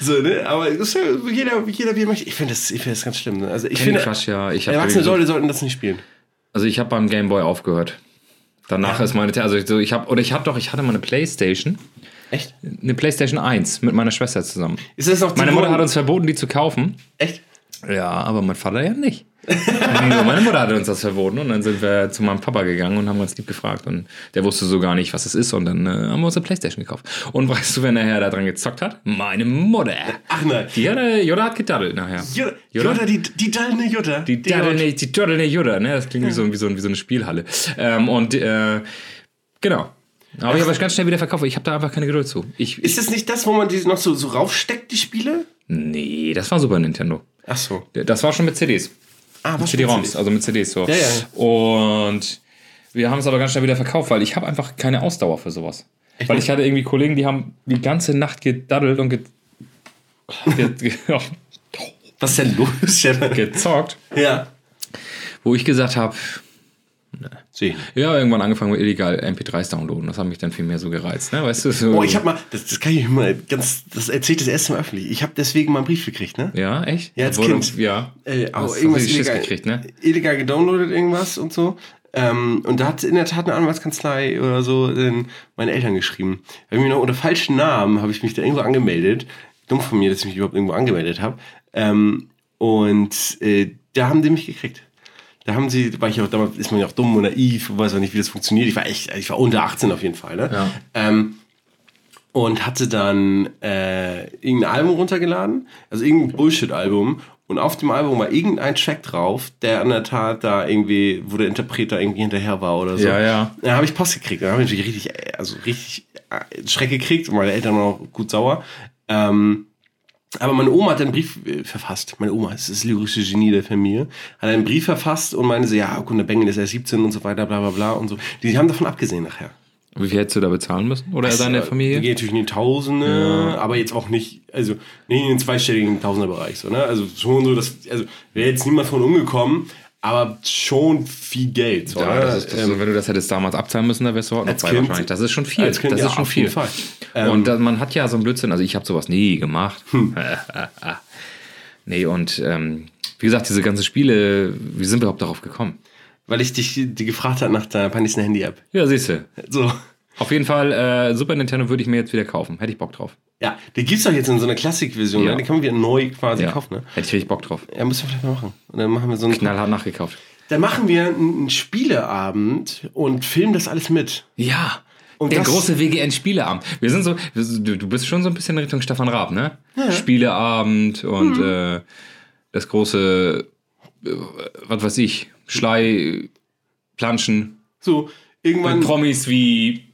[SPEAKER 1] So, ne? Aber das ist ja, jeder, jeder wie er möchte. Ich finde das, ich finde das ganz schlimm. Ne? Also ich
[SPEAKER 2] Candy
[SPEAKER 1] finde,
[SPEAKER 2] Crush, ja. Ich hab
[SPEAKER 1] erwachsene
[SPEAKER 2] sowieso-
[SPEAKER 1] Leute sollten das nicht spielen.
[SPEAKER 2] Also ich habe beim Game Boy aufgehört. Danach ist meine, also ich- so, ich habe oder ich hatte doch, ich hatte mal eine Playstation,
[SPEAKER 1] Echt?
[SPEAKER 2] eine Playstation 1 mit meiner Schwester zusammen.
[SPEAKER 1] Ist das noch
[SPEAKER 2] Meine
[SPEAKER 1] zu-
[SPEAKER 2] Mutter hat uns verboten, die zu kaufen.
[SPEAKER 1] Echt?
[SPEAKER 2] Ja, aber mein Vater ja nicht. Nur meine Mutter hatte uns das verboten und dann sind wir zu meinem Papa gegangen und haben uns lieb gefragt und der wusste so gar nicht, was es ist und dann äh, haben wir uns eine Playstation gekauft. Und weißt du, wer nachher da dran gezockt hat? Meine Mutter.
[SPEAKER 1] Ach nein.
[SPEAKER 2] Die hat, äh, Jutta hat gedaddelt nachher.
[SPEAKER 1] Jutta, Jutta die, die dalne Jutta.
[SPEAKER 2] Die Turtle, die Turtle Jutta, ne? Das klingt wie, so, wie, so, wie so eine Spielhalle. Ähm, und äh, genau. Aber ich habe es ganz schnell wieder verkauft. weil Ich habe da einfach keine Geduld zu. Ich, ich,
[SPEAKER 1] Ist das nicht das, wo man die noch so, so raufsteckt, die Spiele?
[SPEAKER 2] nee, das war Super Nintendo.
[SPEAKER 1] Ach so.
[SPEAKER 2] Das war schon mit CDs.
[SPEAKER 1] Ah, was
[SPEAKER 2] CD-ROMs, also mit CDs so.
[SPEAKER 1] ja.
[SPEAKER 2] Und wir haben es aber ganz schnell wieder verkauft, weil ich habe einfach keine Ausdauer für sowas. weil ich hatte irgendwie Kollegen, die haben die ganze Nacht gedaddelt und ge ge
[SPEAKER 1] Was ist denn los, Stefan?
[SPEAKER 2] gezockt,
[SPEAKER 1] Ja.
[SPEAKER 2] wo ich gesagt habe,
[SPEAKER 1] Sehen.
[SPEAKER 2] Ja, irgendwann angefangen mit illegal MP3s downloaden. Das hat mich dann viel mehr so gereizt, ne? Weißt du? So,
[SPEAKER 1] Oh, ich hab mal, das, das kann ich mal ganz, das erzählt das erste Mal öffentlich. Ich habe deswegen mal einen Brief gekriegt, ne?
[SPEAKER 2] Ja, echt?
[SPEAKER 1] Ja, als
[SPEAKER 2] Obwohl,
[SPEAKER 1] Kind.
[SPEAKER 2] Ja.
[SPEAKER 1] Äh,
[SPEAKER 2] Hast-
[SPEAKER 1] aber
[SPEAKER 2] hast
[SPEAKER 1] irgendwas
[SPEAKER 2] du die Schiss
[SPEAKER 1] illegal,
[SPEAKER 2] gekriegt, ne?
[SPEAKER 1] illegal gedownloadet, irgendwas und so. Ähm, und da hat in der Tat eine Anwaltskanzlei oder so äh, meine Eltern geschrieben. Hab ich mich noch unter falschen Namen habe ich mich da irgendwo angemeldet. Dumm von mir, dass ich mich überhaupt irgendwo angemeldet habe. Ähm, und äh, da haben die mich gekriegt. Da haben sie, war ich auch, damals ist man ja auch dumm und naiv, und weiß auch nicht, wie das funktioniert. Ich war echt, ich war unter 18 auf jeden Fall. Ne?
[SPEAKER 2] Ja.
[SPEAKER 1] Ähm, und hatte dann äh, irgendein Album runtergeladen, also irgendein Bullshit-Album. Und auf dem Album war irgendein Track drauf, der in der Tat da irgendwie, wo der Interpreter irgendwie hinterher war oder so.
[SPEAKER 2] Ja, ja.
[SPEAKER 1] Dann habe ich Post gekriegt. Dann habe ich natürlich richtig, äh, also richtig äh, Schreck gekriegt. Und meine Eltern waren auch gut sauer. Ähm, aber meine Oma hat einen Brief äh, verfasst. Meine Oma ist das lyrische Genie der Familie. Hat einen Brief verfasst und meinte so, ja, Kunde Bengel ist erst 17 und so weiter, bla bla bla und so. Die haben davon abgesehen nachher.
[SPEAKER 2] Wie viel hättest du da bezahlen müssen? Oder
[SPEAKER 1] Das,
[SPEAKER 2] deine
[SPEAKER 1] äh,
[SPEAKER 2] Familie?
[SPEAKER 1] Geht natürlich in die Tausende, aber jetzt auch nicht, also nicht in den zweistelligen Tausenderbereich. So, ne? Also schon so, dass, also wäre jetzt niemand von umgekommen, aber schon viel Geld.
[SPEAKER 2] Ja,
[SPEAKER 1] oder?
[SPEAKER 2] das ist, das
[SPEAKER 1] Ähm,
[SPEAKER 2] ist, wenn du das hättest damals abzahlen müssen, da wärst du heute noch
[SPEAKER 1] Als
[SPEAKER 2] bei
[SPEAKER 1] Kind-
[SPEAKER 2] wahrscheinlich. Das ist schon viel.
[SPEAKER 1] als Kind,
[SPEAKER 2] das
[SPEAKER 1] ja,
[SPEAKER 2] ist schon
[SPEAKER 1] auf
[SPEAKER 2] viel.
[SPEAKER 1] jeden Fall.
[SPEAKER 2] und da, man hat ja so einen Blödsinn, also ich habe sowas nie gemacht. nee, und ähm, wie gesagt, diese ganzen Spiele, wie sind wir überhaupt darauf gekommen?
[SPEAKER 1] weil ich dich die gefragt hat nach deiner peinlichsten Handy-App.
[SPEAKER 2] Ja, siehst du.
[SPEAKER 1] So.
[SPEAKER 2] Auf jeden Fall, äh, Super Nintendo würde ich mir jetzt wieder kaufen. Hätte ich Bock drauf.
[SPEAKER 1] Ja, die gibt's doch jetzt in so einer Klassik-Version,
[SPEAKER 2] Ja.
[SPEAKER 1] ne? die kann man wieder neu quasi
[SPEAKER 2] Ja.
[SPEAKER 1] kaufen, ne?
[SPEAKER 2] Hätte ich richtig Bock drauf.
[SPEAKER 1] Ja, müssen wir vielleicht mal machen. Und dann machen wir so einen
[SPEAKER 2] Knallhart nachgekauft.
[SPEAKER 1] Dann machen wir einen einen Spieleabend und filmen das alles mit.
[SPEAKER 2] Ja.
[SPEAKER 1] Und
[SPEAKER 2] der
[SPEAKER 1] das-
[SPEAKER 2] große WGN-Spieleabend. Wir sind so, du, du bist schon so ein bisschen in Richtung Stefan Raab, ne? Spieleabend und äh, das große, äh, was weiß ich, Schlei, Planschen.
[SPEAKER 1] So,
[SPEAKER 2] Mit
[SPEAKER 1] irgendwann
[SPEAKER 2] Promis wie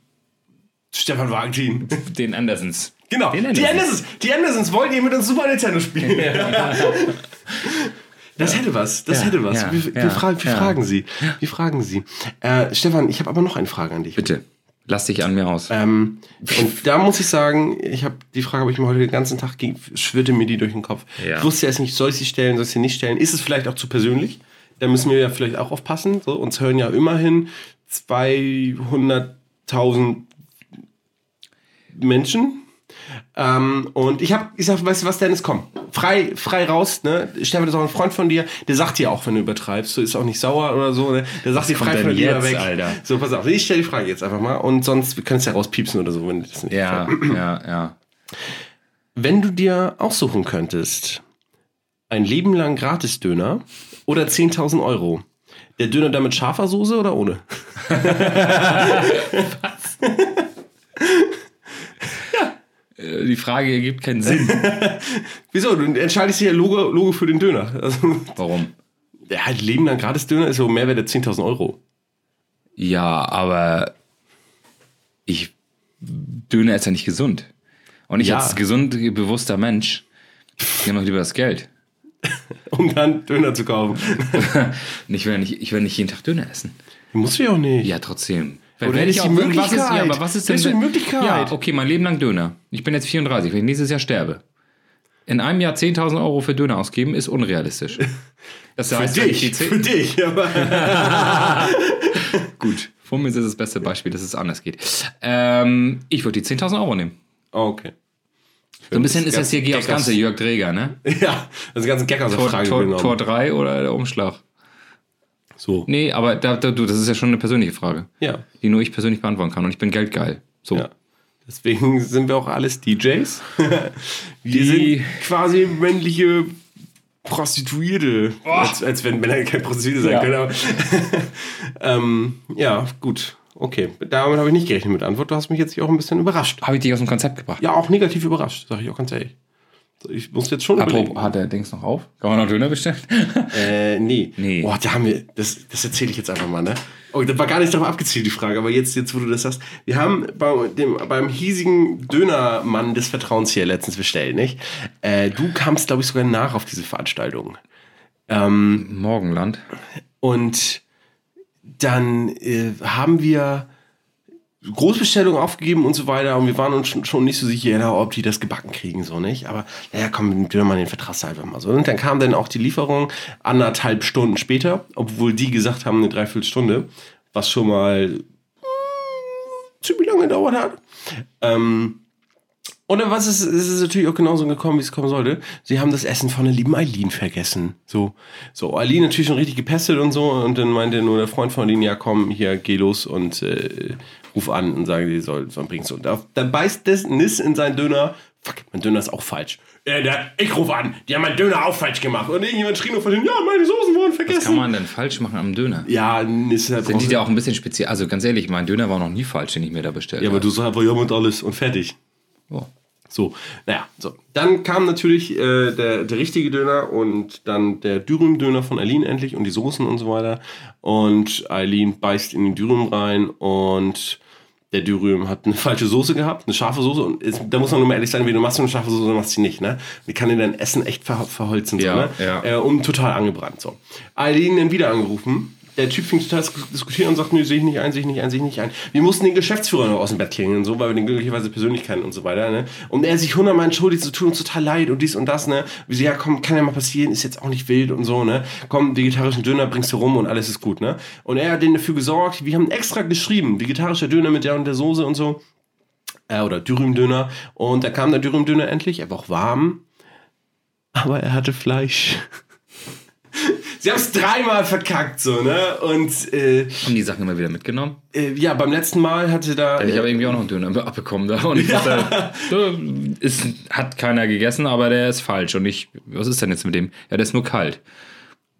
[SPEAKER 1] Stefan Wagentin.
[SPEAKER 2] den Andersons.
[SPEAKER 1] Genau.
[SPEAKER 2] Den
[SPEAKER 1] Die
[SPEAKER 2] Andersons.
[SPEAKER 1] Andersons. Die Andersons wollen hier mit uns Super Nintendo spielen. Das hätte was, das
[SPEAKER 2] Ja,
[SPEAKER 1] hätte was.
[SPEAKER 2] ja,
[SPEAKER 1] wir wir,
[SPEAKER 2] ja,
[SPEAKER 1] fragen, wir
[SPEAKER 2] ja.
[SPEAKER 1] fragen Sie. Wir fragen Sie. Äh, Stefan, ich habe aber noch eine Frage an dich.
[SPEAKER 2] Bitte, lass dich an mir aus.
[SPEAKER 1] Ähm, und da muss ich sagen, ich habe die Frage, habe ich mir heute den ganzen Tag ging, schwirrte mir die durch den Kopf.
[SPEAKER 2] Ja.
[SPEAKER 1] Ich wusste erst nicht, soll ich sie stellen, soll ich sie nicht stellen? Ist es vielleicht auch zu persönlich? Da müssen wir ja vielleicht auch aufpassen. So, uns hören ja immerhin 200.000 Menschen. Ähm, und ich habe gesagt, weißt du was, Dennis, komm, frei, frei raus, ne? Stefan ist auch ein Freund von dir, der sagt dir auch, wenn du übertreibst, so ist auch nicht sauer oder so, ne? Der sagt dir
[SPEAKER 2] kommt
[SPEAKER 1] frei
[SPEAKER 2] denn
[SPEAKER 1] von dir
[SPEAKER 2] jetzt,
[SPEAKER 1] weg.
[SPEAKER 2] Alter?
[SPEAKER 1] So, pass auf, ich stelle die Frage jetzt einfach mal und sonst, wir können es ja rauspiepsen oder so, wenn das nicht.
[SPEAKER 2] ja, ja, ja.
[SPEAKER 1] Wenn du dir aussuchen könntest, ein Leben lang Gratis-Döner oder 10.000 Euro, der Döner dann mit scharfer Soße oder ohne?
[SPEAKER 2] Äh, Die Frage ergibt keinen Sinn.
[SPEAKER 1] Wieso? Du entscheidest dir Logo, Logo für den Döner. Also,
[SPEAKER 2] Warum?
[SPEAKER 1] ja, ein Leben lang Gratis-Döner ist so Mehrwert der 10.000 Euro.
[SPEAKER 2] Ja, aber ich Döner ist ja nicht gesund. Und ich
[SPEAKER 1] Ja.
[SPEAKER 2] als gesund bewusster Mensch nehme doch lieber das Geld.
[SPEAKER 1] Um dann Döner zu kaufen.
[SPEAKER 2] Und ich will ja nicht, ich will nicht jeden Tag Döner essen.
[SPEAKER 1] Muss ich auch nicht.
[SPEAKER 2] Ja, trotzdem.
[SPEAKER 1] Oder
[SPEAKER 2] Wenn
[SPEAKER 1] ist die
[SPEAKER 2] irgendwas
[SPEAKER 1] Möglichkeit?
[SPEAKER 2] ja, aber was ist denn
[SPEAKER 1] Ist die
[SPEAKER 2] wenn-
[SPEAKER 1] Möglichkeit?
[SPEAKER 2] Ja, okay, mein Leben lang Döner. Ich bin jetzt 34. Wenn ich nächstes Jahr sterbe, in einem Jahr 10.000 Euro für Döner ausgeben, ist unrealistisch. Das heißt,
[SPEAKER 1] Für
[SPEAKER 2] wenn ich
[SPEAKER 1] dich,
[SPEAKER 2] die
[SPEAKER 1] für
[SPEAKER 2] 10,
[SPEAKER 1] dich. Aber
[SPEAKER 2] gut. Von mir ist es das beste Beispiel, dass es anders geht. Ähm, ich würde die 10.000 Euro nehmen.
[SPEAKER 1] Oh, okay.
[SPEAKER 2] So ein bisschen
[SPEAKER 1] Das
[SPEAKER 2] ist das hier
[SPEAKER 1] ganze
[SPEAKER 2] Geh aufs
[SPEAKER 1] Gackers.
[SPEAKER 2] Ganze, Jörg Dreger, ne?
[SPEAKER 1] Ja, das ist ganz Gag aus der
[SPEAKER 2] Tor,
[SPEAKER 1] Frage
[SPEAKER 2] Tor,
[SPEAKER 1] genommen.
[SPEAKER 2] Tor 3 oder der Umschlag?
[SPEAKER 1] So.
[SPEAKER 2] Nee, aber da, da, du, das ist ja schon eine persönliche Frage,
[SPEAKER 1] Ja.
[SPEAKER 2] die nur ich persönlich beantworten kann. Und ich bin geldgeil. So.
[SPEAKER 1] Ja. Deswegen sind wir auch alles DJs. Wir sind quasi männliche Prostituierte. Als, als wenn Männer keine Prostituierte sein
[SPEAKER 2] Ja.
[SPEAKER 1] können. Aber ähm, ja, gut. Okay. Damit habe ich nicht gerechnet mit Antwort. Du hast mich jetzt hier auch ein bisschen überrascht.
[SPEAKER 2] Habe ich dich aus dem Konzept gebracht.
[SPEAKER 1] Ja, auch negativ überrascht, sage ich auch ganz ehrlich. So, Ich muss jetzt schon überlegen.
[SPEAKER 2] Apropos, hat der Dings noch auf? Kann man noch Döner bestellen?
[SPEAKER 1] Äh, nee.
[SPEAKER 2] Nee.
[SPEAKER 1] Oh, da haben wir, das, das erzähle ich jetzt einfach mal, ne? Oh, das war gar nicht darauf abgezielt, die Frage, aber jetzt, jetzt, wo du das sagst. Wir haben bei dem, beim hiesigen Dönermann des Vertrauens hier letztens bestellt, nicht? Äh, du kamst, glaube ich, sogar nach auf diese Veranstaltung.
[SPEAKER 2] Morgenland.
[SPEAKER 1] Und dann äh, haben wir Großbestellungen aufgegeben und so weiter und wir waren uns schon, schon nicht so sicher, ja, ob die das gebacken kriegen, so nicht. Aber naja, komm, mit dem Dönermann den vertraust du einfach mal so. Und dann kam dann auch die Lieferung anderthalb Stunden später, obwohl die gesagt haben, eine Dreiviertelstunde, was schon mal mm, ziemlich lange gedauert hat. Ähm, und dann was ist, ist es natürlich auch genauso gekommen, wie es kommen sollte. Sie haben das Essen von der lieben Eileen vergessen. So, so Eileen natürlich schon richtig gepestet und so. Und dann meinte nur der Freund von Eileen, ja komm, hier, geh los und äh, ruf an und sage, sie soll, soll bringst du. Und da, dann beißt das Nis in seinen Döner. Fuck, mein Döner ist auch falsch. Äh, der, ich ruf an, die haben meinen Döner auch falsch gemacht. Und irgendjemand schrie nur von denen, ja, meine Soßen wurden vergessen.
[SPEAKER 2] Was kann man denn falsch machen am Döner?
[SPEAKER 1] ja, Nis ist halt
[SPEAKER 2] Sind die da auch ein bisschen speziell? Also ganz ehrlich, mein Döner war noch nie falsch, den ich mir da bestellt
[SPEAKER 1] Ja, aber
[SPEAKER 2] habe.
[SPEAKER 1] du sagst einfach, ja, und alles und fertig.
[SPEAKER 2] Oh.
[SPEAKER 1] So, naja, so. Dann kam natürlich äh, der, der richtige Döner und dann der Dürüm-Döner von Eileen endlich und die Soßen und so weiter. Und Eileen beißt in den Dürüm rein und der Dürüm hat eine falsche Soße gehabt, eine scharfe Soße. Und jetzt, da muss man nur mal ehrlich sein, wie du machst so eine scharfe Soße, oder machst du sie nicht, ne? Die kann dir dein Essen echt ver verholzen,
[SPEAKER 2] Ja,
[SPEAKER 1] so, ne?
[SPEAKER 2] ja.
[SPEAKER 1] Äh, und total angebrannt, so. Eileen dann wieder angerufen, der Typ fing total zu diskutieren und sagt, nö, sehe ich nicht ein, sehe ich nicht ein, sehe ich nicht ein. Wir mussten den Geschäftsführer noch aus dem Bett klingeln, und so, weil wir den glücklicherweise persönlich kennen und so weiter. Ne? Und er sich hundertmal entschuldigt, so tut uns total leid und dies und das. Ne? Wie sie, ja komm, kann ja mal passieren, ist jetzt auch nicht wild und so. ne Komm, vegetarischen Döner bringst du rum und alles ist gut. ne Und er hat denen dafür gesorgt, wir haben extra geschrieben, vegetarischer Döner mit der und der Soße und so. Äh, oder Dürümdöner. Und da kam der Dürümdöner endlich, er war auch warm, aber er hatte Fleisch. Sie haben es dreimal verkackt, so, ne? Und äh,
[SPEAKER 2] Haben die Sachen immer wieder mitgenommen?
[SPEAKER 1] äh, ja, beim letzten Mal hatte da.
[SPEAKER 2] Ich habe irgendwie auch noch einen Döner abbekommen da. Und ich dachte, so, ist, hat keiner gegessen, aber der ist falsch. Und ich, was ist denn jetzt mit dem? Ja, der ist nur kalt.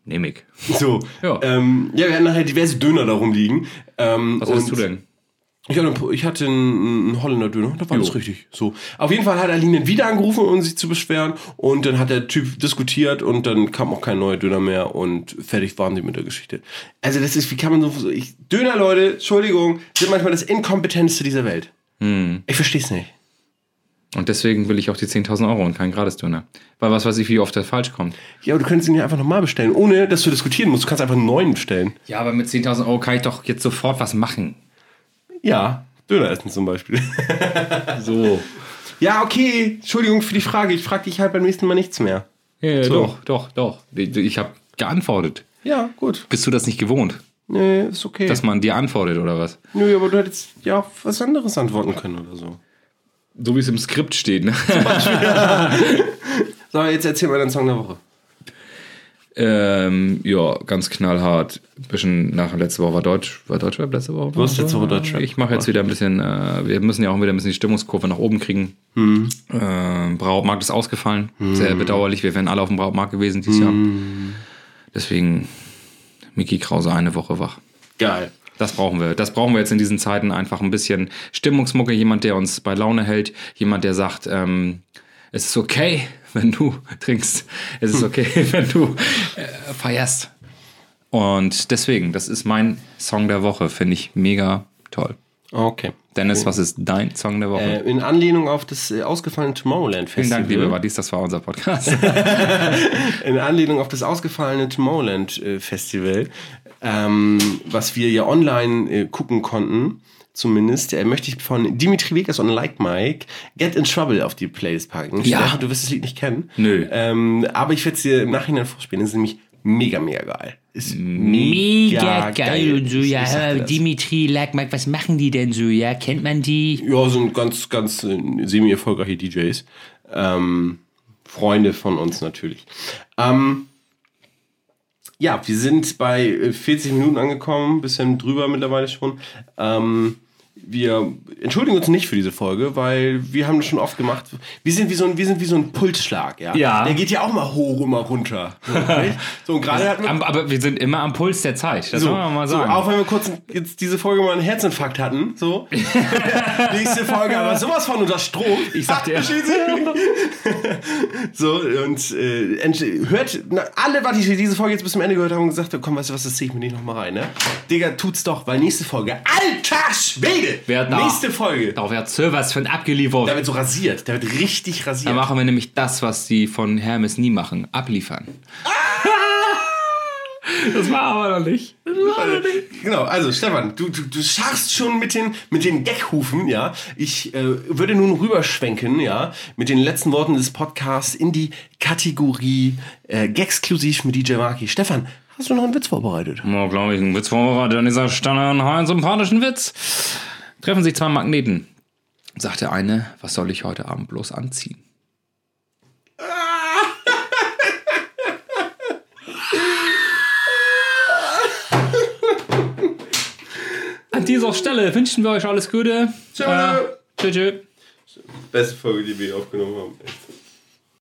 [SPEAKER 2] Nehm ich.
[SPEAKER 1] So.
[SPEAKER 2] Ja.
[SPEAKER 1] Ähm, ja, wir hatten nachher diverse Döner da rumliegen. Ähm,
[SPEAKER 2] Was
[SPEAKER 1] und
[SPEAKER 2] hast du denn?
[SPEAKER 1] Ich hatte, ich hatte einen, einen Holländer Döner, da war alles richtig. So. Auf jeden Fall hat Aline dann wieder angerufen, um sich zu beschweren. Und dann hat der Typ diskutiert und dann kam auch kein neuer Döner mehr und fertig waren sie mit der Geschichte. Also, das ist, wie kann man so. so- Ich, Döner, Leute, Entschuldigung, sind manchmal das Inkompetenteste dieser Welt.
[SPEAKER 2] Hm.
[SPEAKER 1] Ich verstehe es nicht.
[SPEAKER 2] Und deswegen will ich auch die 10.000 Euro und keinen Gratis-Döner. Weil was weiß ich, wie oft der falsch kommt.
[SPEAKER 1] Ja, aber du könntest ihn ja einfach nochmal bestellen, ohne dass du diskutieren musst. Du kannst einfach einen neuen bestellen.
[SPEAKER 2] Ja, aber mit 10.000 Euro kann ich doch jetzt sofort was machen.
[SPEAKER 1] Ja, Döner essen zum Beispiel.
[SPEAKER 2] So.
[SPEAKER 1] ja, okay, Entschuldigung für die Frage. Ich frage dich halt beim nächsten Mal nichts mehr.
[SPEAKER 2] Ja,
[SPEAKER 1] So.
[SPEAKER 2] Äh, Doch, doch, doch. Ich, ich habe geantwortet.
[SPEAKER 1] Ja, gut.
[SPEAKER 2] Bist du das nicht gewohnt,
[SPEAKER 1] Nee, ist okay.
[SPEAKER 2] dass man dir antwortet oder was?
[SPEAKER 1] Nö, aber du hättest ja auch was anderes antworten können oder so.
[SPEAKER 2] So wie es im Skript steht. Ne?
[SPEAKER 1] So, jetzt erzähl mal deinen Song der Woche.
[SPEAKER 2] Ähm, ja, ganz knallhart. Ein bisschen nach letzter Woche war Deutsch, war Deutschrap letzte Woche. Du
[SPEAKER 1] hast letzte Woche Deutschrap
[SPEAKER 2] Ich mache jetzt wieder ein bisschen, äh, wir müssen ja auch wieder ein bisschen die Stimmungskurve nach oben kriegen. Ähm, Braumarkt ist ausgefallen. Sehr bedauerlich. Wir wären alle auf dem Braumarkt gewesen dieses Jahr. Deswegen Mickey Krause eine Woche wach.
[SPEAKER 1] Geil.
[SPEAKER 2] Das brauchen wir. Das brauchen wir jetzt in diesen Zeiten einfach ein bisschen Stimmungsmucke, jemand, der uns bei Laune hält, jemand, der sagt, ähm, es ist okay, wenn du trinkst, es ist okay, wenn du äh, feierst. Und deswegen, das ist mein Song der Woche, finde ich mega toll.
[SPEAKER 1] Okay.
[SPEAKER 2] Dennis, was ist dein Song der Woche?
[SPEAKER 1] Äh, in Anlehnung auf das äh, ausgefallene Tomorrowland Festival.
[SPEAKER 2] Vielen Dank, liebe Wadis, das war unser Podcast.
[SPEAKER 1] In Anlehnung auf das ausgefallene Tomorrowland äh, Festival, ähm, was wir ja online äh, gucken konnten, zumindest, äh, möchte ich von Dimitri Vegas und Like Mike Get in Trouble auf die Playlist packen. Ich
[SPEAKER 2] Ja.
[SPEAKER 1] dachte, du wirst das Lied nicht kennen.
[SPEAKER 2] Nö.
[SPEAKER 1] Ähm, aber ich werde es dir im Nachhinein vorspielen. Das ist nämlich mega, mega geil. Ist
[SPEAKER 4] Mega
[SPEAKER 1] mega
[SPEAKER 4] geil, und so, ja.
[SPEAKER 1] Ich sagte
[SPEAKER 4] Hör,
[SPEAKER 1] das.
[SPEAKER 4] Dimitri, Lack, Mike, was machen die denn so, ja? Kennt man die?
[SPEAKER 1] Ja, sind ganz, ganz äh, semi-erfolgreiche DJs. Ähm, Freunde von uns natürlich. Ähm, ja, wir sind bei äh, 40 Minuten angekommen, bisschen drüber mittlerweile schon. Ähm, wir entschuldigen uns nicht für diese Folge, weil wir haben das schon oft gemacht. Wir sind wie so ein, wir sind wie so ein Pulsschlag, ja.
[SPEAKER 2] Ja.
[SPEAKER 1] Der geht ja auch mal hoch und mal runter. So, nicht? so und gerade hatten wir
[SPEAKER 2] Am- Aber wir sind immer am Puls der Zeit, das
[SPEAKER 1] so,
[SPEAKER 2] wollen wir mal
[SPEAKER 1] so,
[SPEAKER 2] sagen.
[SPEAKER 1] auch wenn wir kurz jetzt diese Folge mal einen Herzinfarkt hatten, so. Nächste Folge, aber sowas von unter Strom. Ich
[SPEAKER 2] sag dir.
[SPEAKER 1] Verstehen Sie? so, und äh, entsch- hört, na, alle, was die diese Folge jetzt bis zum Ende gehört haben, haben gesagt, komm, weißt du was, das zieh ich mir nicht nochmal rein, ne? Digga, tut's doch, weil nächste Folge, alter Schwede!
[SPEAKER 2] Wer Genau, hat da-
[SPEAKER 1] nächste Folge.
[SPEAKER 2] Da wird Servers von abgeliefert.
[SPEAKER 1] Da wird so rasiert, da wird richtig rasiert.
[SPEAKER 2] Da machen wir nämlich das, was sie von Hermes nie machen: abliefern. Ah! Das war aber noch nicht.
[SPEAKER 1] Genau, also Stefan, du, du, du scharfst schon mit den, mit den Deckhufen, ja. Ich äh, würde nun rüberschwenken, ja, mit den letzten Worten des Podcasts in die Kategorie äh, Gexklusiv mit DJ Marki. Stefan, hast du noch einen Witz vorbereitet?
[SPEAKER 2] Mal, glaube ich, ein Witz vorbereitet an dieser Stelle. Einen sympathischen Witz. Treffen sich zwei Magneten. Sagt der eine, was soll ich heute Abend bloß anziehen? An dieser Stelle wünschen wir euch alles Gute. Tschüss. Tschüss.
[SPEAKER 1] Beste Folge, die wir aufgenommen haben.